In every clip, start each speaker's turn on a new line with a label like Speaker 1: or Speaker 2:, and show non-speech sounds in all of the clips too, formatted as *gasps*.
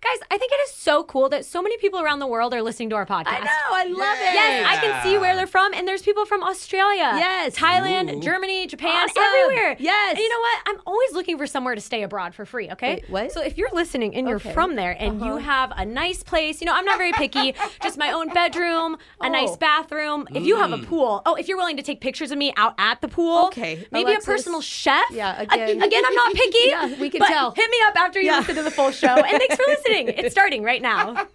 Speaker 1: Guys, I think it is so cool that so many people around the world are listening to our podcast.
Speaker 2: I know. I love it.
Speaker 1: Yes, I can see where they're from, and there's people from Australia,
Speaker 2: Yes.
Speaker 1: Thailand,
Speaker 2: Ooh.
Speaker 1: Germany, Japan,
Speaker 2: Awesome.
Speaker 1: everywhere.
Speaker 2: Yes.
Speaker 1: and you know what? I'm always looking for somewhere to stay abroad for free. Okay,
Speaker 2: Wait, what?
Speaker 1: So if you're listening and you're
Speaker 2: Okay. Uh-huh.
Speaker 1: from there and you have a nice place, you know, I'm not
Speaker 2: *laughs*
Speaker 1: very picky. just my own bedroom, a
Speaker 2: Oh.
Speaker 1: nice bathroom. If you have a pool, oh, if you're willing to take pictures of me out at the pool,
Speaker 2: Okay,
Speaker 1: maybe
Speaker 2: Alexis.
Speaker 1: a personal chef.
Speaker 2: Yeah,
Speaker 1: Ag-
Speaker 2: again.
Speaker 1: again, I'm
Speaker 3: *laughs*
Speaker 1: not
Speaker 2: *laughs*
Speaker 1: picky.
Speaker 2: Yeah, we can
Speaker 1: but
Speaker 2: tell.
Speaker 1: Hit me up after you
Speaker 2: Yeah.
Speaker 1: listen to the full show. And thanks for
Speaker 3: *laughs*
Speaker 1: listening. It's starting right now.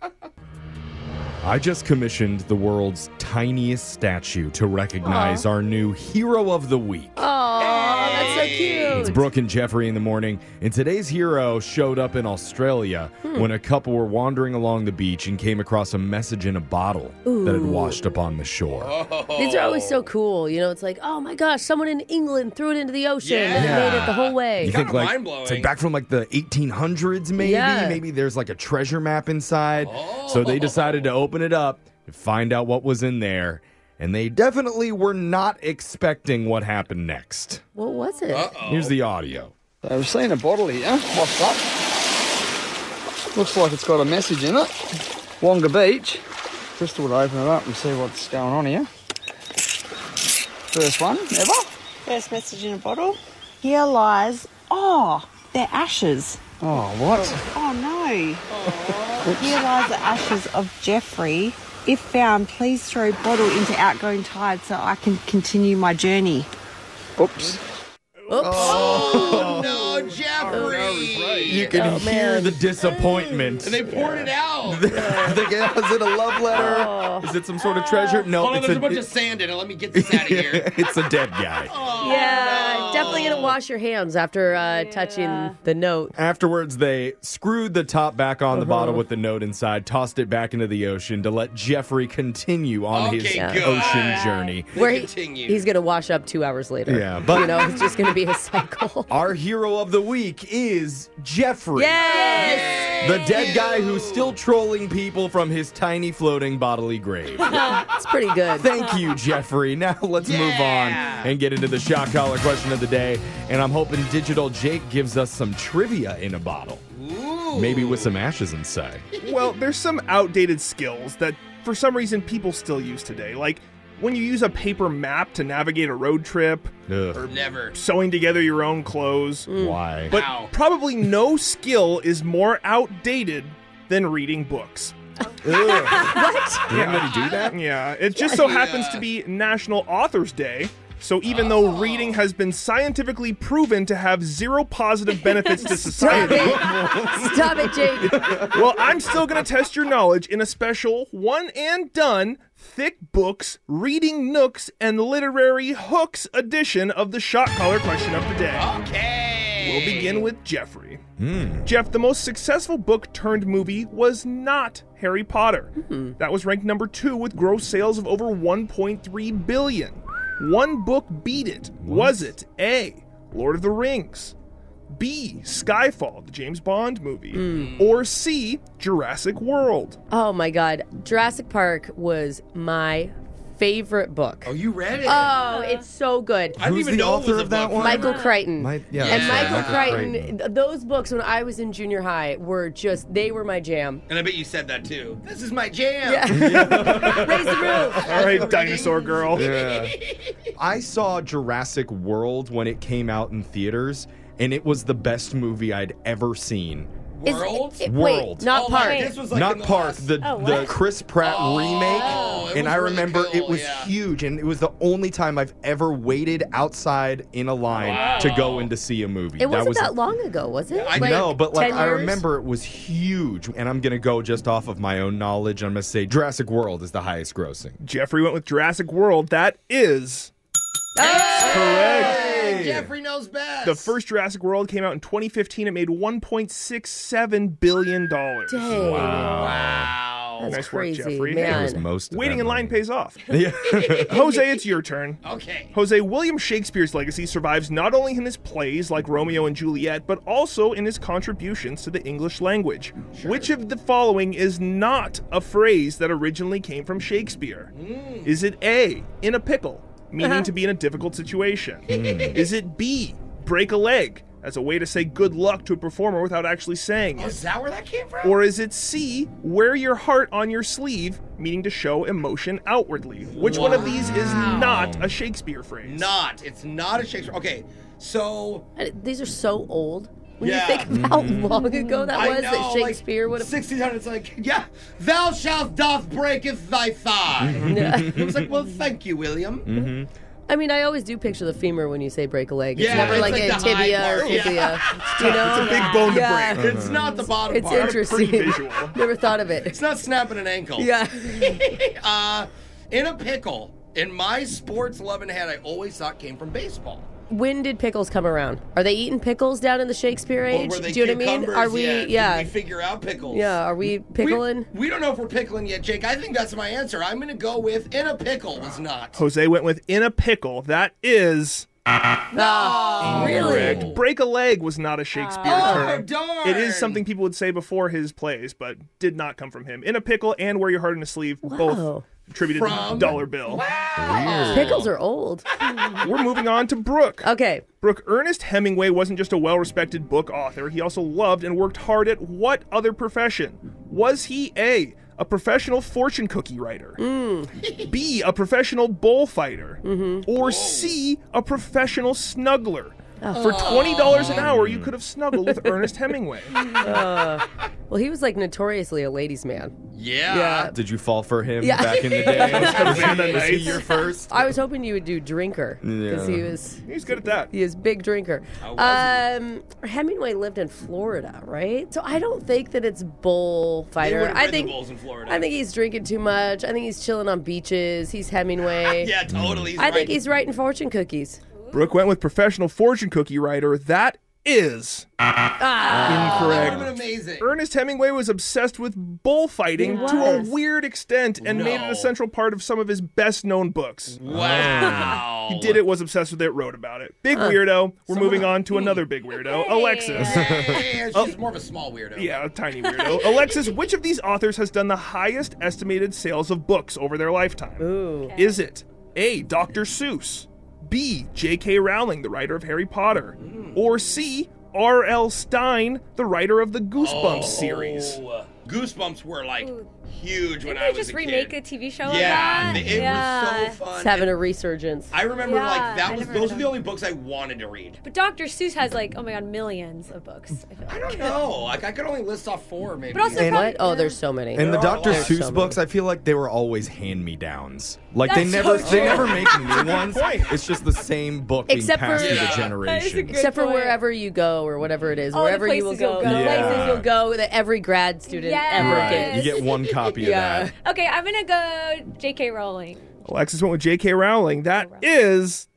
Speaker 4: I just commissioned the world's tiniest statue to recognize our new hero of the week.
Speaker 2: Oh, that's so
Speaker 4: It's
Speaker 2: cute.
Speaker 4: Brooke and Jeffrey in the morning, and today's hero showed up in Australia when a couple were wandering along the beach and came across a message in a bottle that had washed up on the shore.
Speaker 2: These are always
Speaker 4: Oh.
Speaker 2: so cool. You know, it's like, oh my gosh, someone in England threw it into the ocean and
Speaker 4: Yeah.
Speaker 2: it made it the whole way.
Speaker 4: You think
Speaker 3: Kinda
Speaker 4: like
Speaker 3: mind-blowing.
Speaker 4: it's like back from like the 1800s, maybe.
Speaker 2: Yeah.
Speaker 4: Maybe there's like a treasure map inside. So
Speaker 3: Oh.
Speaker 4: they decided to open it up to find out what was in there, and they definitely were not expecting what happened next.
Speaker 2: What was it?
Speaker 4: Here's the audio.
Speaker 5: I've seen a bottle here. What's that? Looks like it's got a message in it. Wonga Beach. Just thought I'd open it up and see what's going on here. First one ever.
Speaker 6: First message in a bottle. Here lies, oh, they're ashes.
Speaker 5: Oh, what?
Speaker 6: Oh no. Here lies the ashes of Jeffrey. If found, please throw bottle into outgoing tide so I can continue my journey.
Speaker 5: Oops.
Speaker 2: Oh, *laughs*
Speaker 3: Oh, no, Jeffrey.
Speaker 4: You can hear the disappointment.
Speaker 3: And
Speaker 4: *laughs*
Speaker 3: they poured it out.
Speaker 4: They go, is it a love letter?
Speaker 2: Oh.
Speaker 4: Is it some sort of treasure? No,
Speaker 3: Hold on,
Speaker 4: it's
Speaker 3: there's a
Speaker 4: a,
Speaker 3: bunch of sand in it. Let me get this out of here.
Speaker 4: *laughs* it's a dead guy.
Speaker 2: yeah, definitely gonna wash your hands after uh, touching the note. Uh-huh.
Speaker 4: Afterwards, they screwed the top back on the bottle with the note inside, tossed it back into the ocean to let Jeffrey continue on his
Speaker 3: Okay, good.
Speaker 4: ocean
Speaker 2: *laughs*
Speaker 4: journey.
Speaker 3: They
Speaker 2: he-
Speaker 3: continue.
Speaker 2: he's gonna wash up two hours later.
Speaker 4: Yeah, but-
Speaker 2: you know, it's just gonna be a cycle. *laughs*
Speaker 4: Our hero of the week is Jeffrey.
Speaker 2: yes.
Speaker 4: The dead guy who's still trolling people from his tiny floating bodily grave.
Speaker 2: It's *laughs* pretty good.
Speaker 4: Thank you, Jeffrey. Now let's move on
Speaker 3: Yeah.
Speaker 4: and get into the shock collar question of the day. And I'm hoping Digital Jake gives us some trivia in a bottle. Maybe with some ashes inside.
Speaker 7: Well, there's some outdated skills that for some reason people still use today. Like when you use a paper map to navigate a road trip,
Speaker 4: Ugh,
Speaker 3: Never.
Speaker 7: sewing together your own clothes.
Speaker 4: why?
Speaker 7: But
Speaker 3: Wow.
Speaker 7: probably no skill is more outdated than reading books.
Speaker 4: Did anybody do that?
Speaker 7: Yeah, it just so happens to be National Authors Day. So even though reading has been scientifically proven to have zero positive benefits
Speaker 8: *laughs*
Speaker 7: to society,
Speaker 2: Stop it, Jake.
Speaker 7: Well, I'm still going to test your knowledge in a special one and done thick books, reading nooks, and literary hooks edition of the shot collar question of the day.
Speaker 3: Okay.
Speaker 7: We'll begin with Jeffrey.
Speaker 4: Hmm.
Speaker 7: Jeff, the most successful book turned movie was not Harry Potter. That was ranked number two with gross sales of over 1.3 billion. One book beat it. Was it A. Lord of the Rings? B. Skyfall, the James Bond movie? Or C. Jurassic World?
Speaker 2: Oh my God, Jurassic Park was my favorite book.
Speaker 3: Oh, you read it?
Speaker 2: Oh, it's so good.
Speaker 3: I didn't
Speaker 4: Who's
Speaker 3: even
Speaker 4: the
Speaker 3: know it was
Speaker 4: author
Speaker 3: a
Speaker 4: of that
Speaker 3: book.
Speaker 4: one?
Speaker 2: Michael Crichton.
Speaker 4: My- yeah,
Speaker 2: and
Speaker 4: that's right,
Speaker 2: Michael,
Speaker 4: Michael
Speaker 2: Crichton,
Speaker 4: Crichton.
Speaker 2: th- those books when I was in junior high were just, they were my jam.
Speaker 3: And I bet you said that too. This is my jam.
Speaker 2: Raise the roof.
Speaker 7: All right, Dinosaur Girl.
Speaker 4: I saw Jurassic World when it came out in theaters, and it was the best movie I'd ever seen.
Speaker 2: Is-
Speaker 3: World?
Speaker 2: it-
Speaker 4: World.
Speaker 2: Wait, not
Speaker 3: Oh,
Speaker 2: Park.
Speaker 3: like, this was like
Speaker 4: Not
Speaker 3: in the
Speaker 4: Park,
Speaker 3: last- Oh,
Speaker 4: the, the Chris Pratt
Speaker 3: it
Speaker 4: remake.
Speaker 3: was
Speaker 4: And I
Speaker 3: really
Speaker 4: remember
Speaker 3: cool,
Speaker 4: it was
Speaker 3: yeah.
Speaker 4: huge, and it was the only time I've ever waited outside in a line to go in to see a movie.
Speaker 2: It wasn't
Speaker 4: was
Speaker 2: that long ago, was it?
Speaker 3: I
Speaker 4: no, but like
Speaker 2: 10
Speaker 4: I
Speaker 2: years?
Speaker 4: remember it was huge, and I'm gonna go just off of my own knowledge. I'm gonna say Jurassic World is the highest grossing.
Speaker 7: Jeffrey went with Jurassic World. That is correct.
Speaker 3: Hey, Jeffrey knows best.
Speaker 7: The first Jurassic World came out in 2015. It made 1.67 billion dollars.
Speaker 2: Dang.
Speaker 3: Wow.
Speaker 2: That's
Speaker 7: Oh, Nice work,
Speaker 2: crazy,
Speaker 7: Jeffrey.
Speaker 2: man.
Speaker 4: It was most. of
Speaker 7: Waiting
Speaker 4: that
Speaker 7: in
Speaker 4: *laughs*
Speaker 7: line *laughs*
Speaker 4: money.
Speaker 7: pays off.
Speaker 4: Yeah.
Speaker 7: Jose, it's your turn.
Speaker 3: Okay.
Speaker 7: Jose, William Shakespeare's legacy survives not only in his plays like Romeo and Juliet, but also in his contributions to the English language. Which of the following is not a phrase that originally came from Shakespeare?
Speaker 3: Mm.
Speaker 7: Is it A,
Speaker 3: Uh-huh. *laughs*
Speaker 7: in a pickle, meaning to be in a difficult situation? Is it B, break a leg, as a way to say good luck to a performer without actually saying it?
Speaker 3: Oh, Is that where that came from?
Speaker 7: Or is it C, wear your heart on your sleeve, meaning to show emotion outwardly? Which one of these is not a Shakespeare phrase?
Speaker 3: not. It's not a Shakespeare. Okay, so
Speaker 2: Uh, These are so old. When
Speaker 3: Yeah.
Speaker 2: you think of how
Speaker 4: Mm-hmm.
Speaker 2: long ago that
Speaker 3: I
Speaker 2: was
Speaker 3: know,
Speaker 2: that
Speaker 3: like,
Speaker 2: Shakespeare would have.
Speaker 3: 1600s, like, yeah, thou shalt doth breaketh thy
Speaker 2: *laughs*
Speaker 3: thigh. it was like, well, thank you, William.
Speaker 2: Mm-hmm. I mean, I always do picture the femur when you say break a leg. It's
Speaker 3: Yeah,
Speaker 2: never
Speaker 3: it's
Speaker 2: like,
Speaker 3: like
Speaker 2: a
Speaker 3: the high
Speaker 2: tibia or
Speaker 3: part, yeah.
Speaker 2: fibia.
Speaker 3: *laughs*
Speaker 2: you know?
Speaker 7: It's a big bone to
Speaker 2: Yeah. Uh-huh.
Speaker 7: break. Uh-huh.
Speaker 3: It's not the bottom
Speaker 2: It's
Speaker 3: part.
Speaker 2: interesting.
Speaker 7: pretty visual.
Speaker 2: *laughs* never thought of it.
Speaker 3: It's not snapping an ankle.
Speaker 2: Yeah.
Speaker 3: *laughs* uh, in a pickle, in my sports loving head, I always thought came from baseball.
Speaker 2: When did pickles come around? Are they eating pickles down in the Shakespeare
Speaker 3: Or
Speaker 2: age?
Speaker 3: were they
Speaker 2: Do you know what I mean?
Speaker 3: cucumbers
Speaker 2: Are we?
Speaker 3: yet? Did
Speaker 2: Yeah.
Speaker 3: we figure out pickles.
Speaker 2: Yeah. Are we
Speaker 3: We,
Speaker 2: pickling?
Speaker 3: we don't know if we're pickling yet, Jake. I think that's my answer. I'm going to go with in a pickle was not.
Speaker 7: Jose went with in a pickle. That is
Speaker 2: Ah, really?
Speaker 7: break a leg was not a Shakespeare
Speaker 3: Oh,
Speaker 7: term.
Speaker 3: darn.
Speaker 7: It is something people would say before his plays, but did not come from him. In a pickle and wear your heart in a sleeve, both
Speaker 2: Wow.
Speaker 7: attributed to
Speaker 3: From-
Speaker 7: dollar bill.
Speaker 2: Pickles are old.
Speaker 7: *laughs* We're moving on to Brooke.
Speaker 2: Okay.
Speaker 7: Brooke Ernest Hemingway wasn't just a well respected book author, he also loved and worked hard at what other profession? Was he A, a professional fortune cookie writer, B, a professional bullfighter, or C, a professional snuggler? For
Speaker 2: Oh.
Speaker 7: $20 an hour,
Speaker 3: Mm.
Speaker 7: you could have
Speaker 2: *laughs*
Speaker 7: snuggled with Ernest Hemingway.
Speaker 2: Uh, Well, he was like notoriously a ladies' man.
Speaker 3: Yeah.
Speaker 2: Yeah.
Speaker 4: Did you fall for him
Speaker 2: Yeah.
Speaker 4: back in the day? was
Speaker 7: Amanda
Speaker 4: he- was he
Speaker 7: Knights.
Speaker 4: your first?
Speaker 2: I was hoping you would do drinker because he
Speaker 4: Yeah.
Speaker 2: was
Speaker 7: He's good at that.
Speaker 2: he is big drinker. Um, Hemingway lived in Florida, right? So I don't think that it's
Speaker 3: They
Speaker 2: bullfighter.
Speaker 3: would've
Speaker 2: I
Speaker 3: read the
Speaker 2: think
Speaker 3: bulls in Florida.
Speaker 2: I think he's drinking too much. I think he's chilling on beaches. He's Hemingway.
Speaker 3: *laughs* Yeah, totally. He's
Speaker 2: I
Speaker 3: right.
Speaker 2: think he's writing fortune cookies.
Speaker 7: Brooke went with professional fortune cookie writer. That is
Speaker 3: That
Speaker 2: Ah.
Speaker 7: incorrect.
Speaker 3: would have been amazing.
Speaker 7: Ernest Hemingway was obsessed with bullfighting
Speaker 2: He
Speaker 7: to a
Speaker 2: was.
Speaker 7: weird extent and made it
Speaker 3: No.
Speaker 7: a central part of some of his best known books.
Speaker 3: Wow. he
Speaker 7: Did it, was obsessed with it, wrote about it. Big
Speaker 2: Uh,
Speaker 7: weirdo. We're moving on to another big weirdo, Alexis. Oh.
Speaker 3: Yeah, she's more of a small weirdo.
Speaker 7: Yeah, a tiny weirdo. *laughs* Alexis, which of these authors has done the highest estimated sales of books over their lifetime? Ooh. Is it A. Dr. Seuss, B. J.K. Rowling, the writer of Harry Potter, or C. R.L. Stein, the writer of the Goosebumps series?
Speaker 3: Oh, Goosebumps were like huge when
Speaker 1: Didn't
Speaker 3: I
Speaker 1: they
Speaker 3: was
Speaker 1: just
Speaker 3: a
Speaker 1: remake
Speaker 3: kid.
Speaker 1: a TV show of
Speaker 3: *laughs* yeah,
Speaker 1: that?
Speaker 3: th- it
Speaker 1: yeah.
Speaker 3: was so
Speaker 2: He's
Speaker 3: fun.
Speaker 2: having a resurgence.
Speaker 3: I remember like
Speaker 1: Yeah,
Speaker 3: that
Speaker 1: I
Speaker 3: was
Speaker 1: never
Speaker 3: those
Speaker 1: read
Speaker 3: were the only books I wanted to read.
Speaker 1: But Dr. Seuss has like, oh my god, millions of books. I feel
Speaker 3: I
Speaker 1: like.
Speaker 3: don't know. Like I could only list off four maybe.
Speaker 1: But also
Speaker 4: And-
Speaker 1: probably,
Speaker 2: What? Oh, there's so many.
Speaker 4: And the
Speaker 3: There are a
Speaker 4: Dr.
Speaker 3: lot.
Speaker 4: Seuss
Speaker 2: So many.
Speaker 4: books, I feel like they were always hand me downs. Like they
Speaker 1: That's
Speaker 4: never
Speaker 1: so
Speaker 4: they
Speaker 1: true.
Speaker 4: never make new ones.
Speaker 7: point.
Speaker 4: It's just the same book
Speaker 2: Except
Speaker 4: being passed
Speaker 2: for-
Speaker 4: through
Speaker 3: Yeah.
Speaker 9: *laughs*
Speaker 4: the generations.
Speaker 1: good-
Speaker 2: Except for
Speaker 1: point.
Speaker 2: wherever you go or whatever it is,
Speaker 1: the
Speaker 2: wherever you will
Speaker 1: places
Speaker 2: go,
Speaker 1: you'll go.
Speaker 2: the
Speaker 4: Yeah.
Speaker 2: places you'll go that every grad student ever
Speaker 1: Yes.
Speaker 4: Right.
Speaker 2: gets.
Speaker 4: You get one copy
Speaker 2: Yeah.
Speaker 4: of that.
Speaker 1: Okay, I'm gonna go J.K. Rowling.
Speaker 7: Alexis went with J.K. Rowling. That is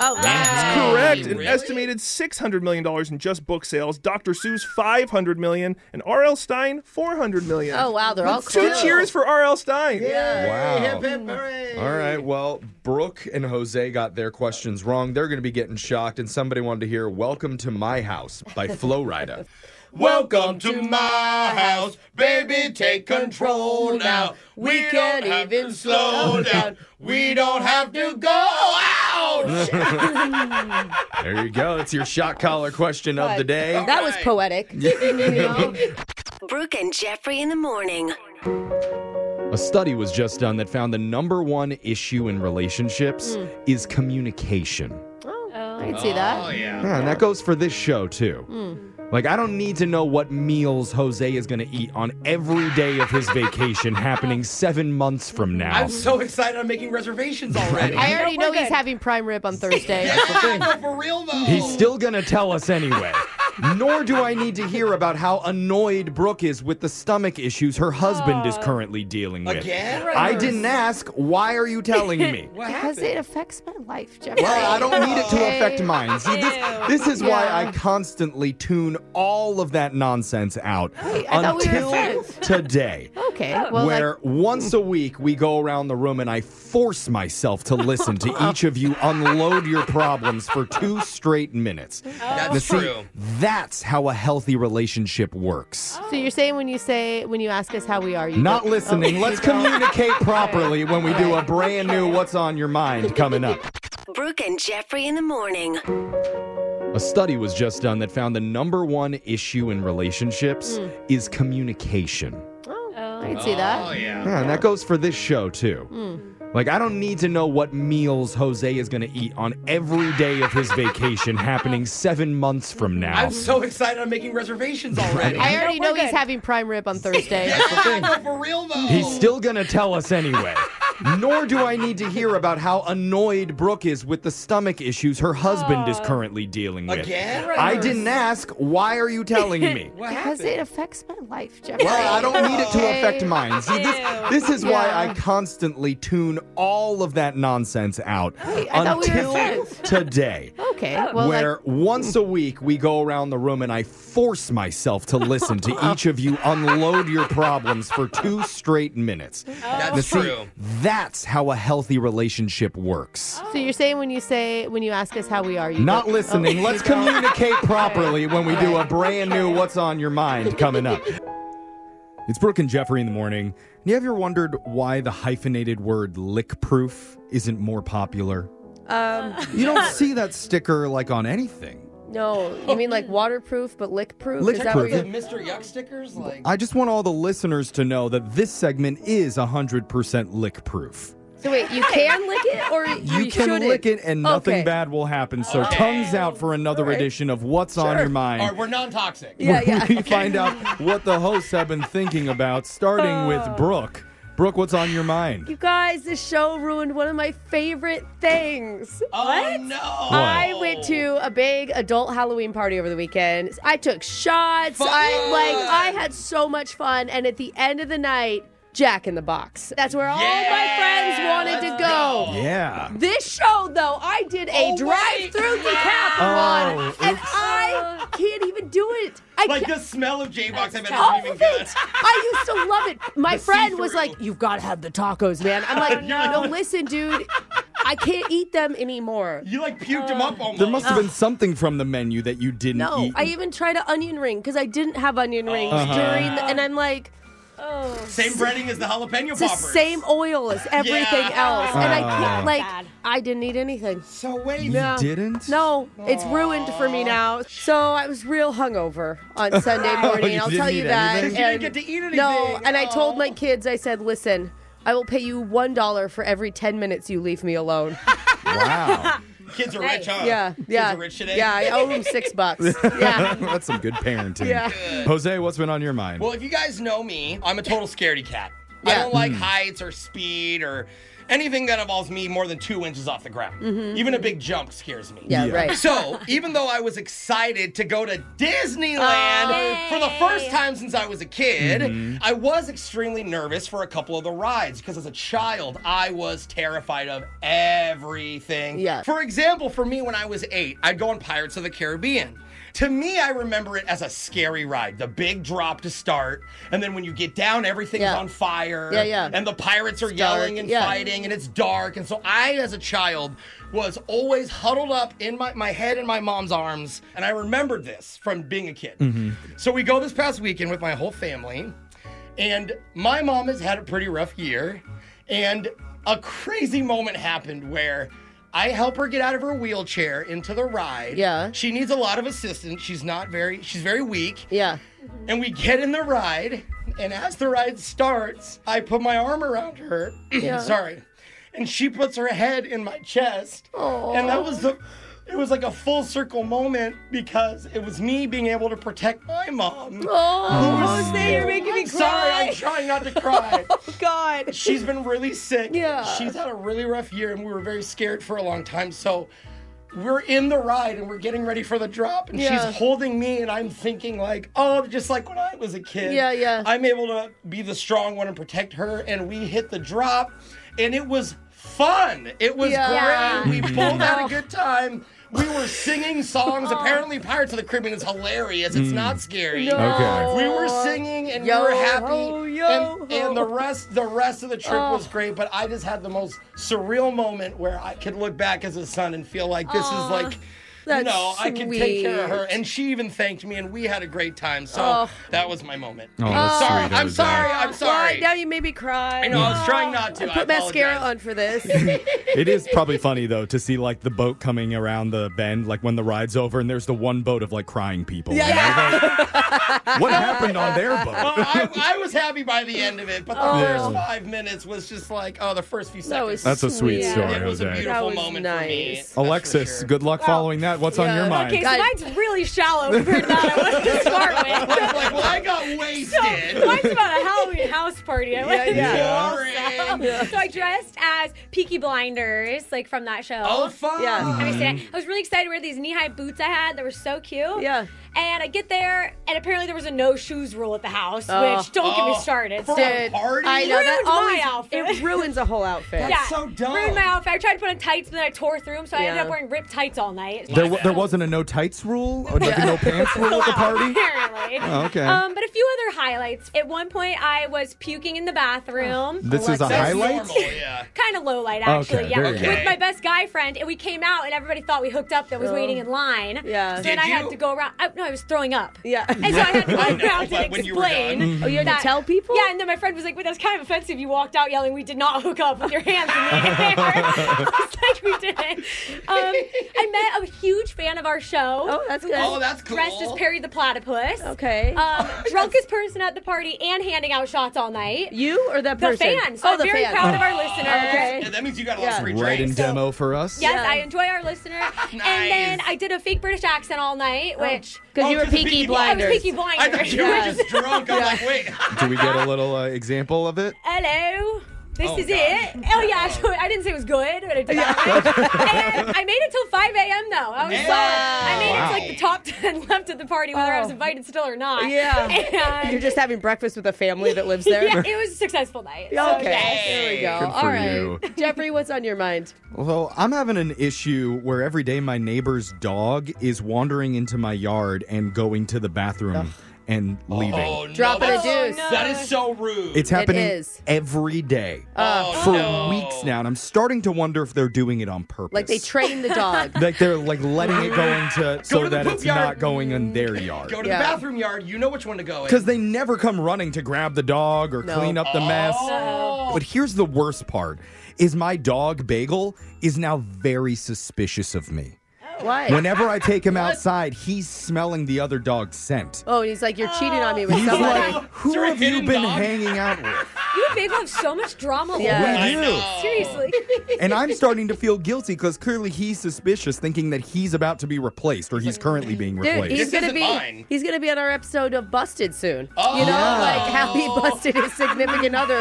Speaker 2: Oh, wow.
Speaker 7: correct. An
Speaker 3: really?
Speaker 7: estimated six hundred million dollars in just book sales. Dr. Seuss five hundred million, and R.L. Stein four hundred million.
Speaker 2: Oh wow, they're all
Speaker 7: Two
Speaker 2: close.
Speaker 7: cheers for R.L. Stein.
Speaker 4: Wow.
Speaker 3: Hip, hip, hooray.
Speaker 4: All right. Well, Brooke and Jose got their questions wrong. They're going to be getting shocked, and somebody wanted to hear "Welcome to My House" by Flo Rida.
Speaker 3: Welcome to my house, baby. Take control now. We
Speaker 2: can't
Speaker 3: don't have
Speaker 2: even
Speaker 3: to slow
Speaker 2: slow
Speaker 3: down.
Speaker 2: down.
Speaker 3: We don't have to go out. *laughs*
Speaker 4: There you go. It's your shock collar question of the day.
Speaker 2: That was poetic.
Speaker 10: Brooke and Jeffrey in the morning.
Speaker 4: A study was just done that found the number one issue in relationships is communication.
Speaker 2: Hmm. Oh,
Speaker 10: Oh.
Speaker 2: I can see that. Hmm.
Speaker 3: yeah.
Speaker 4: Yeah, and that goes for this show too. Like, I don't need to know what meals Jose is going to eat on every day of his vacation happening seven months from now.
Speaker 3: I'm so excited. I'm making reservations already.
Speaker 2: I already know he's having prime rib on Thursday.
Speaker 3: yeah, no, for real though.
Speaker 4: He's still going to tell us anyway. Nor do I need to hear about how annoyed Brooke is with the stomach issues her husband
Speaker 2: Oh.
Speaker 4: is currently dealing with.
Speaker 3: Again?
Speaker 4: I didn't ask. Why are you telling me?
Speaker 3: What
Speaker 9: Because
Speaker 3: happened?
Speaker 9: it affects my life, Jeffrey.
Speaker 4: Well, I don't need it to
Speaker 9: Okay.
Speaker 4: affect mine. See, this, this is why
Speaker 9: Yeah.
Speaker 4: I constantly tune all of that nonsense out
Speaker 9: I thought we were
Speaker 4: until
Speaker 9: friends. *laughs*
Speaker 4: today.
Speaker 9: Okay. Well,
Speaker 4: where once a week we go around the room and I force myself to listen
Speaker 9: *laughs*
Speaker 4: to each of you unload your problems for two straight minutes.
Speaker 9: Oh.
Speaker 4: Now,
Speaker 3: That's
Speaker 4: see,
Speaker 3: true.
Speaker 4: That's how a healthy relationship works.
Speaker 9: like, so you're saying when you say when you ask us how we are, you
Speaker 4: Not
Speaker 9: go-
Speaker 4: listening.
Speaker 9: Oh,
Speaker 4: Let's
Speaker 9: you don't. *laughs*
Speaker 4: communicate properly when we do a brand new What's on Your Mind coming up.
Speaker 10: Brooke and Jeffrey in the morning.
Speaker 4: A A study was just done that found the number one issue in relationships is communication.
Speaker 6: Hmm. I can see that.
Speaker 3: Oh, yeah.
Speaker 4: Yeah, and that goes for this show
Speaker 9: "Oh."
Speaker 4: too.
Speaker 9: Hmm.
Speaker 4: Like, I don't need to know what meals Jose is going to eat on every day of his
Speaker 6: *laughs*
Speaker 4: vacation happening seven months from now.
Speaker 3: I'm so excited I'm making reservations already.
Speaker 6: I already know he's having prime rib on Thursday.
Speaker 3: No, for real though.
Speaker 4: He's still going to tell us anyway. Nor do I need to hear about how annoyed Brooke is with the stomach issues her husband
Speaker 6: Uh.
Speaker 4: is currently dealing with.
Speaker 3: Again?
Speaker 4: I didn't ask. Why are you telling
Speaker 6: *laughs*
Speaker 4: me?
Speaker 3: What
Speaker 6: Because
Speaker 3: happened?
Speaker 6: it affects my life, Jeffrey.
Speaker 4: Well, I don't need it to
Speaker 6: Okay.
Speaker 4: affect mine. See, this, this is why I
Speaker 6: Yeah.
Speaker 4: constantly tune all of that nonsense out
Speaker 6: I thought we were
Speaker 4: until
Speaker 6: friends. *laughs*
Speaker 4: today.
Speaker 6: Okay. Well,
Speaker 4: where
Speaker 6: like,
Speaker 4: once a week we go around the room and I force myself to listen
Speaker 6: *laughs*
Speaker 4: to each of you unload your problems for two straight minutes.
Speaker 6: Oh.
Speaker 4: Now,
Speaker 3: That's
Speaker 4: see,
Speaker 3: true.
Speaker 4: That's how a healthy relationship works.
Speaker 6: so you're saying when you say when you ask us how we are, you
Speaker 4: Not
Speaker 6: don't-
Speaker 4: listening.
Speaker 6: Oh,
Speaker 4: Let's
Speaker 6: you *laughs* don't.
Speaker 4: *laughs* communicate properly when we do a brand new What's on Your Mind coming up. It's Brooke and Jeffrey in the morning. You ever wondered why the hyphenated word lick proof isn't more popular?
Speaker 9: Um,
Speaker 4: You *laughs* don't see that sticker like on anything.
Speaker 9: no, you mean like waterproof but lick proof?
Speaker 4: Lick
Speaker 9: Is that what
Speaker 4: proof.
Speaker 9: you're
Speaker 3: The Mr. Yuck stickers? Like,
Speaker 4: I just want all the listeners to know that this segment is 100% lick proof.
Speaker 6: So wait, you
Speaker 9: can
Speaker 6: can
Speaker 9: lick it or you,
Speaker 4: You, can
Speaker 9: shouldn't?
Speaker 4: lick it and nothing
Speaker 9: Okay.
Speaker 4: bad will happen. So, tongues out for another edition of What's on Your Mind.
Speaker 3: or we're non toxic.
Speaker 9: Yeah, yeah. *laughs*
Speaker 4: *laughs* we find out what the hosts have been thinking about, starting with
Speaker 9: Uh.
Speaker 4: Brooke. Brooke, what's on your mind?
Speaker 9: You guys, this show ruined one of my favorite things.
Speaker 3: Oh, no.
Speaker 9: I went to a big adult Halloween party over the weekend. I took shots. I
Speaker 3: Fun!
Speaker 9: like I had so much fun and at the end of the night, Jack in the Box. That's where all my friends wanted to
Speaker 3: let's
Speaker 9: go.
Speaker 6: oh.
Speaker 4: Yeah.
Speaker 9: This show, though, I did a
Speaker 3: Oh, wait.
Speaker 9: drive-through decathlon,
Speaker 4: Oh,
Speaker 9: and I can't even do it. I
Speaker 3: Like
Speaker 9: can't.
Speaker 3: the smell of J Box, I bet
Speaker 9: All
Speaker 3: it's even
Speaker 9: of
Speaker 3: good.
Speaker 9: it. I used to love it. My
Speaker 3: The
Speaker 9: friend was
Speaker 3: see-through.
Speaker 9: like, "You've got to have the tacos, man." I'm
Speaker 3: *laughs*
Speaker 9: like,
Speaker 3: You're like,
Speaker 9: "No, listen, dude, I can't eat them anymore." Uh, Oh.
Speaker 3: You like puked him up almost.
Speaker 4: There must have been something from the menu that you didn't
Speaker 9: No,
Speaker 4: eat.
Speaker 9: I even tried an onion ring because I didn't have onion rings during, the, and I'm like,
Speaker 3: Oh. Uh-huh.
Speaker 9: oh.
Speaker 3: Same breading as the jalapeno
Speaker 9: it's the
Speaker 3: poppers.
Speaker 9: same oil as everything
Speaker 3: Yeah.
Speaker 9: else, and I
Speaker 4: Oh.
Speaker 9: can't like,
Speaker 11: Bad.
Speaker 9: I didn't eat anything.
Speaker 3: So wait.
Speaker 4: you didn't?
Speaker 9: No, it's ruined for me now. So I was real hungover
Speaker 4: *laughs*
Speaker 9: on Sunday
Speaker 4: Oh,
Speaker 9: morning.
Speaker 4: you
Speaker 9: I'll
Speaker 4: didn't
Speaker 9: tell
Speaker 4: eat
Speaker 9: you that.
Speaker 4: anything?
Speaker 3: You didn't get to eat anything. Oh.
Speaker 9: No, and I
Speaker 3: Aw.
Speaker 9: told my kids, I said, listen, I will pay you one dollar for every ten minutes you leave me alone.
Speaker 4: *laughs*
Speaker 9: *laughs*
Speaker 4: Wow.
Speaker 3: Kids are rich, huh?
Speaker 9: yeah, yeah,
Speaker 3: Kids are rich today.
Speaker 9: yeah. I owe them
Speaker 3: *laughs*
Speaker 9: six bucks.
Speaker 4: *laughs*
Speaker 9: Yeah,
Speaker 4: That's some good parenting.
Speaker 9: Yeah.
Speaker 4: Jose, what's been on your mind?
Speaker 3: Well, *laughs* if you guys know me, I'm a total scaredy cat. I
Speaker 9: Yeah.
Speaker 3: don't like heights or speed or anything that involves me more than two inches off the ground. Even a big jump scares me.
Speaker 9: Mm-hmm. yeah,
Speaker 4: Yeah.
Speaker 9: right.
Speaker 3: So, even though I was excited to go to Disneyland
Speaker 9: Oh.
Speaker 3: for the first time since I was a kid, I was extremely nervous for a couple of the rides because as a child, I was terrified of everything.
Speaker 9: Yeah.
Speaker 3: For example, for me when I was eight, I'd go on Pirates of the Caribbean. To me, I remember it as a scary ride. The big drop to start, and then when you get down, everything's
Speaker 9: Yeah.
Speaker 3: on fire.
Speaker 9: Yeah, yeah.
Speaker 3: And the pirates are
Speaker 9: It's dark,
Speaker 3: yelling and
Speaker 9: yeah.
Speaker 3: fighting lighting and it's dark. And so I, as a child, was always huddled up in my, my head in my mom's arms. And I remembered this from being a kid.
Speaker 4: Mm-hmm.
Speaker 3: So we go this past weekend with my whole family. And my mom has had a pretty rough year. And a crazy moment happened where I help her get out of her wheelchair into the ride.
Speaker 9: Yeah.
Speaker 3: She needs a lot of assistance. She's not very, she's very weak.
Speaker 9: Yeah.
Speaker 3: And we get in the ride, and as the ride starts, I put my arm around her. *coughs* Sorry. And she puts her head in my chest. And that was the it was like a full circle moment because it was me being able to protect my mom.
Speaker 9: Oh, Jose, you're making me
Speaker 3: I'm sorry, I'm
Speaker 9: cry. Oh,
Speaker 3: trying not
Speaker 9: *laughs*
Speaker 3: to cry.
Speaker 9: God.
Speaker 3: She's been really sick.
Speaker 9: Yeah.
Speaker 3: She's had a really rough year, and we were very scared for a long time. So we're in the ride and we're getting ready for the drop, and
Speaker 9: Yeah.
Speaker 3: she's holding me, and I'm thinking, like, oh, just like when I was a kid.
Speaker 9: Yeah, yeah.
Speaker 3: I'm able to be the strong one and protect her, and we hit the drop, and it was fun. It was
Speaker 9: Yeah.
Speaker 3: great. We both had a good time. We were singing
Speaker 9: Oh.
Speaker 3: songs. Apparently, Pirates of the Caribbean is hilarious. It's not scary.
Speaker 4: Okay.
Speaker 3: We were singing and
Speaker 9: Yo
Speaker 3: we were happy,
Speaker 9: ho, yo Oh.
Speaker 3: and, and the
Speaker 9: ho.
Speaker 3: rest the rest of the trip was great. But I just had the most surreal moment where I could look back as a son and feel like this is like
Speaker 2: That's
Speaker 3: no, I can take care of her.
Speaker 2: sweet.
Speaker 3: And she even thanked me, and we had a great time. So
Speaker 2: Oh.
Speaker 3: that was my moment.
Speaker 4: Oh, that's
Speaker 3: sorry.
Speaker 4: sweet,
Speaker 3: I'm
Speaker 4: Ozai.
Speaker 3: sorry. I'm sorry.
Speaker 2: Why? Now you made me cry.
Speaker 3: I know. I was trying not to.
Speaker 2: I put
Speaker 3: I
Speaker 2: mascara
Speaker 3: apologize.
Speaker 2: on for this.
Speaker 4: *laughs* It
Speaker 3: *laughs*
Speaker 4: is probably funny though to see like the boat coming around the bend, like when the ride's over, and there's the one boat of like crying people. and they're like, what happened on their
Speaker 9: *laughs*
Speaker 3: Well,
Speaker 4: boat?
Speaker 3: I, I was happy by the end of it, but the
Speaker 2: Oh.
Speaker 3: first
Speaker 4: Yeah.
Speaker 3: five minutes was just like, oh, the first few
Speaker 2: That was
Speaker 3: seconds.
Speaker 4: That's a sweet
Speaker 2: Yeah.
Speaker 4: story,
Speaker 3: it was a
Speaker 4: Jose.
Speaker 2: That
Speaker 3: beautiful
Speaker 2: was
Speaker 3: moment for
Speaker 2: nice.
Speaker 3: me.
Speaker 2: Uh,
Speaker 3: that's for
Speaker 4: Alexis,
Speaker 3: sure.
Speaker 4: good luck following that. What's on
Speaker 2: yeah.
Speaker 4: your mind?
Speaker 1: Okay, so
Speaker 2: Guys-
Speaker 1: mine's really shallow compared to that I wanted to
Speaker 3: *laughs*
Speaker 1: start with.
Speaker 3: I was like, *laughs* well, I
Speaker 2: *laughs*
Speaker 3: got wasted.
Speaker 1: So mine's about a Halloween house party. I went
Speaker 2: yeah.
Speaker 3: Boring.
Speaker 1: to. So I dressed as Peaky Blinders, like from that show.
Speaker 3: Oh, fun.
Speaker 2: Yeah.
Speaker 1: I was, I was really excited to wear these knee-high boots I had. They were so cute.
Speaker 2: Yeah.
Speaker 1: And I get there, and apparently there was a no shoes rule at the house,
Speaker 2: Oh.
Speaker 1: which don't get me
Speaker 3: Oh.
Speaker 1: started.
Speaker 3: For
Speaker 1: So-
Speaker 3: a party?
Speaker 2: I know that
Speaker 1: Ruined my
Speaker 2: always
Speaker 1: outfit.
Speaker 2: it ruins a whole outfit.
Speaker 1: *laughs* yeah,
Speaker 3: so dumb.
Speaker 1: ruined my outfit. I tried to put on tights, but then I tore through them, so I ended
Speaker 2: Yeah.
Speaker 1: up wearing ripped tights all night.
Speaker 4: There, wa- there wasn't a no tights rule, or like a no pants rule at
Speaker 9: *laughs*
Speaker 4: the party.
Speaker 1: Apparently.
Speaker 4: Oh, okay.
Speaker 1: Um, but a few other highlights. At one point, I was puking in the bathroom.
Speaker 4: This is a
Speaker 2: Alexis.
Speaker 3: That's
Speaker 4: highlight.
Speaker 3: normal, yeah.
Speaker 1: kind of low light actually.
Speaker 4: Okay,
Speaker 1: yeah,
Speaker 4: there you
Speaker 3: go.
Speaker 1: with my best guy friend, and we came out, and everybody thought we hooked up. That was
Speaker 2: Oh.
Speaker 1: waiting in line.
Speaker 2: Yeah.
Speaker 1: So then
Speaker 3: Did
Speaker 1: I had
Speaker 3: you-
Speaker 1: to go around. I, no, I was throwing up.
Speaker 2: Yeah.
Speaker 1: And so I had to
Speaker 3: *laughs* I
Speaker 1: go
Speaker 3: know,
Speaker 1: around
Speaker 3: but
Speaker 1: and
Speaker 3: when you were
Speaker 1: explain.
Speaker 3: done.
Speaker 2: Oh, you had to
Speaker 1: that-
Speaker 2: tell people?
Speaker 1: Yeah, and then my friend was like, "Well, that's kind of offensive. You walked out yelling, we did not hook up with your hands in the air.'" *laughs* I was like, "We didn't." Um, I met a huge fan of our show.
Speaker 2: Oh, that's good.
Speaker 3: Oh, that's cool.
Speaker 1: Dressed as Perry the Platypus.
Speaker 2: Okay.
Speaker 1: Um, drunkest person at the party and handing out shots all night.
Speaker 2: you or that
Speaker 1: The
Speaker 2: person?
Speaker 1: fans. So
Speaker 2: Oh,
Speaker 1: I'm
Speaker 2: the
Speaker 1: very
Speaker 2: fan.
Speaker 1: proud of our listeners.
Speaker 2: Okay.
Speaker 3: Yeah, that means you got a lot
Speaker 2: Yeah.
Speaker 3: of free
Speaker 4: Right in
Speaker 3: drinks.
Speaker 4: demo for us.
Speaker 1: Yes,
Speaker 2: Yeah.
Speaker 1: I enjoy our
Speaker 3: *laughs*
Speaker 1: listener. And then I did a fake British accent all night, which
Speaker 2: Because
Speaker 3: Oh,
Speaker 2: you were
Speaker 3: 'cause the
Speaker 2: Peaky
Speaker 3: Peaky
Speaker 1: I
Speaker 3: Blinders.
Speaker 2: Blinders.
Speaker 1: was Peaky
Speaker 3: I thought
Speaker 1: Blinders.
Speaker 3: you were
Speaker 1: Yes.
Speaker 3: just drunk. I'm like, wait.
Speaker 4: Do we get a little uh, example of it?
Speaker 1: Hello. This
Speaker 3: Oh,
Speaker 1: is
Speaker 3: God.
Speaker 1: it. Oh yeah,
Speaker 3: *laughs*
Speaker 1: actually, I didn't say it was good, but I did. and I made it till 5 a.m. though. I was
Speaker 3: Wow.
Speaker 1: so- I made it
Speaker 3: Wow.
Speaker 1: to like the top *laughs* 10 left at the party, whether I was
Speaker 2: Oh.
Speaker 1: invited still or not.
Speaker 2: Yeah.
Speaker 1: *laughs*
Speaker 3: *laughs*
Speaker 1: And
Speaker 2: You're just having breakfast with a family that lives there.
Speaker 1: *laughs* yeah, it was a successful night. So,
Speaker 2: Okay.
Speaker 1: yes.
Speaker 2: There we go.
Speaker 4: Good for
Speaker 2: All right.
Speaker 4: you.
Speaker 2: Jeffrey, what's on your mind?
Speaker 4: Well, I'm having an issue where every day my neighbor's dog is wandering into my yard and going to the bathroom and leaving.
Speaker 3: Oh, no,
Speaker 2: Dropping a
Speaker 3: that's-
Speaker 2: deuce.
Speaker 1: no.
Speaker 3: That is so rude.
Speaker 4: It's happening
Speaker 2: is.
Speaker 4: every day
Speaker 3: oh,
Speaker 4: for
Speaker 3: no.
Speaker 4: weeks now, and I'm starting to wonder if they're doing it on purpose.
Speaker 2: Like they train the
Speaker 4: *laughs*
Speaker 2: dog.
Speaker 4: like they're like letting it go into so
Speaker 3: to the
Speaker 4: that
Speaker 3: poop
Speaker 4: it's
Speaker 3: yard.
Speaker 4: not going in their yard.
Speaker 3: Go to
Speaker 2: Yeah.
Speaker 3: the bathroom yard. You know which one to go in.
Speaker 4: Because they never come running to grab the dog or
Speaker 2: No.
Speaker 4: clean up the mess.
Speaker 3: Oh.
Speaker 4: But here's the worst part: is my dog Bagel is now very suspicious of me.
Speaker 2: Why?
Speaker 4: Whenever
Speaker 2: *laughs*
Speaker 4: I take him outside, he's smelling the other dog's scent.
Speaker 2: oh, and he's like, you're cheating on me with
Speaker 4: He's
Speaker 2: somebody.
Speaker 4: like, who
Speaker 3: Is there a
Speaker 4: have you
Speaker 3: hidden
Speaker 4: been
Speaker 3: dog?"
Speaker 4: hanging out
Speaker 3: *laughs*
Speaker 4: with?
Speaker 1: You and Big have so much drama.
Speaker 2: Yeah.
Speaker 1: Lauren.
Speaker 3: I
Speaker 4: do.
Speaker 3: know.
Speaker 1: Seriously.
Speaker 4: And I'm starting to feel guilty because clearly he's suspicious, thinking that he's about to be replaced or he's currently being
Speaker 2: Dude,
Speaker 4: replaced.
Speaker 2: he's
Speaker 3: This
Speaker 2: gonna
Speaker 3: isn't
Speaker 2: be
Speaker 3: mine.
Speaker 2: he's gonna be on our episode of Busted soon.
Speaker 3: Oh.
Speaker 2: You know,
Speaker 3: Yeah.
Speaker 2: like how he busted his significant
Speaker 3: *laughs*
Speaker 2: other,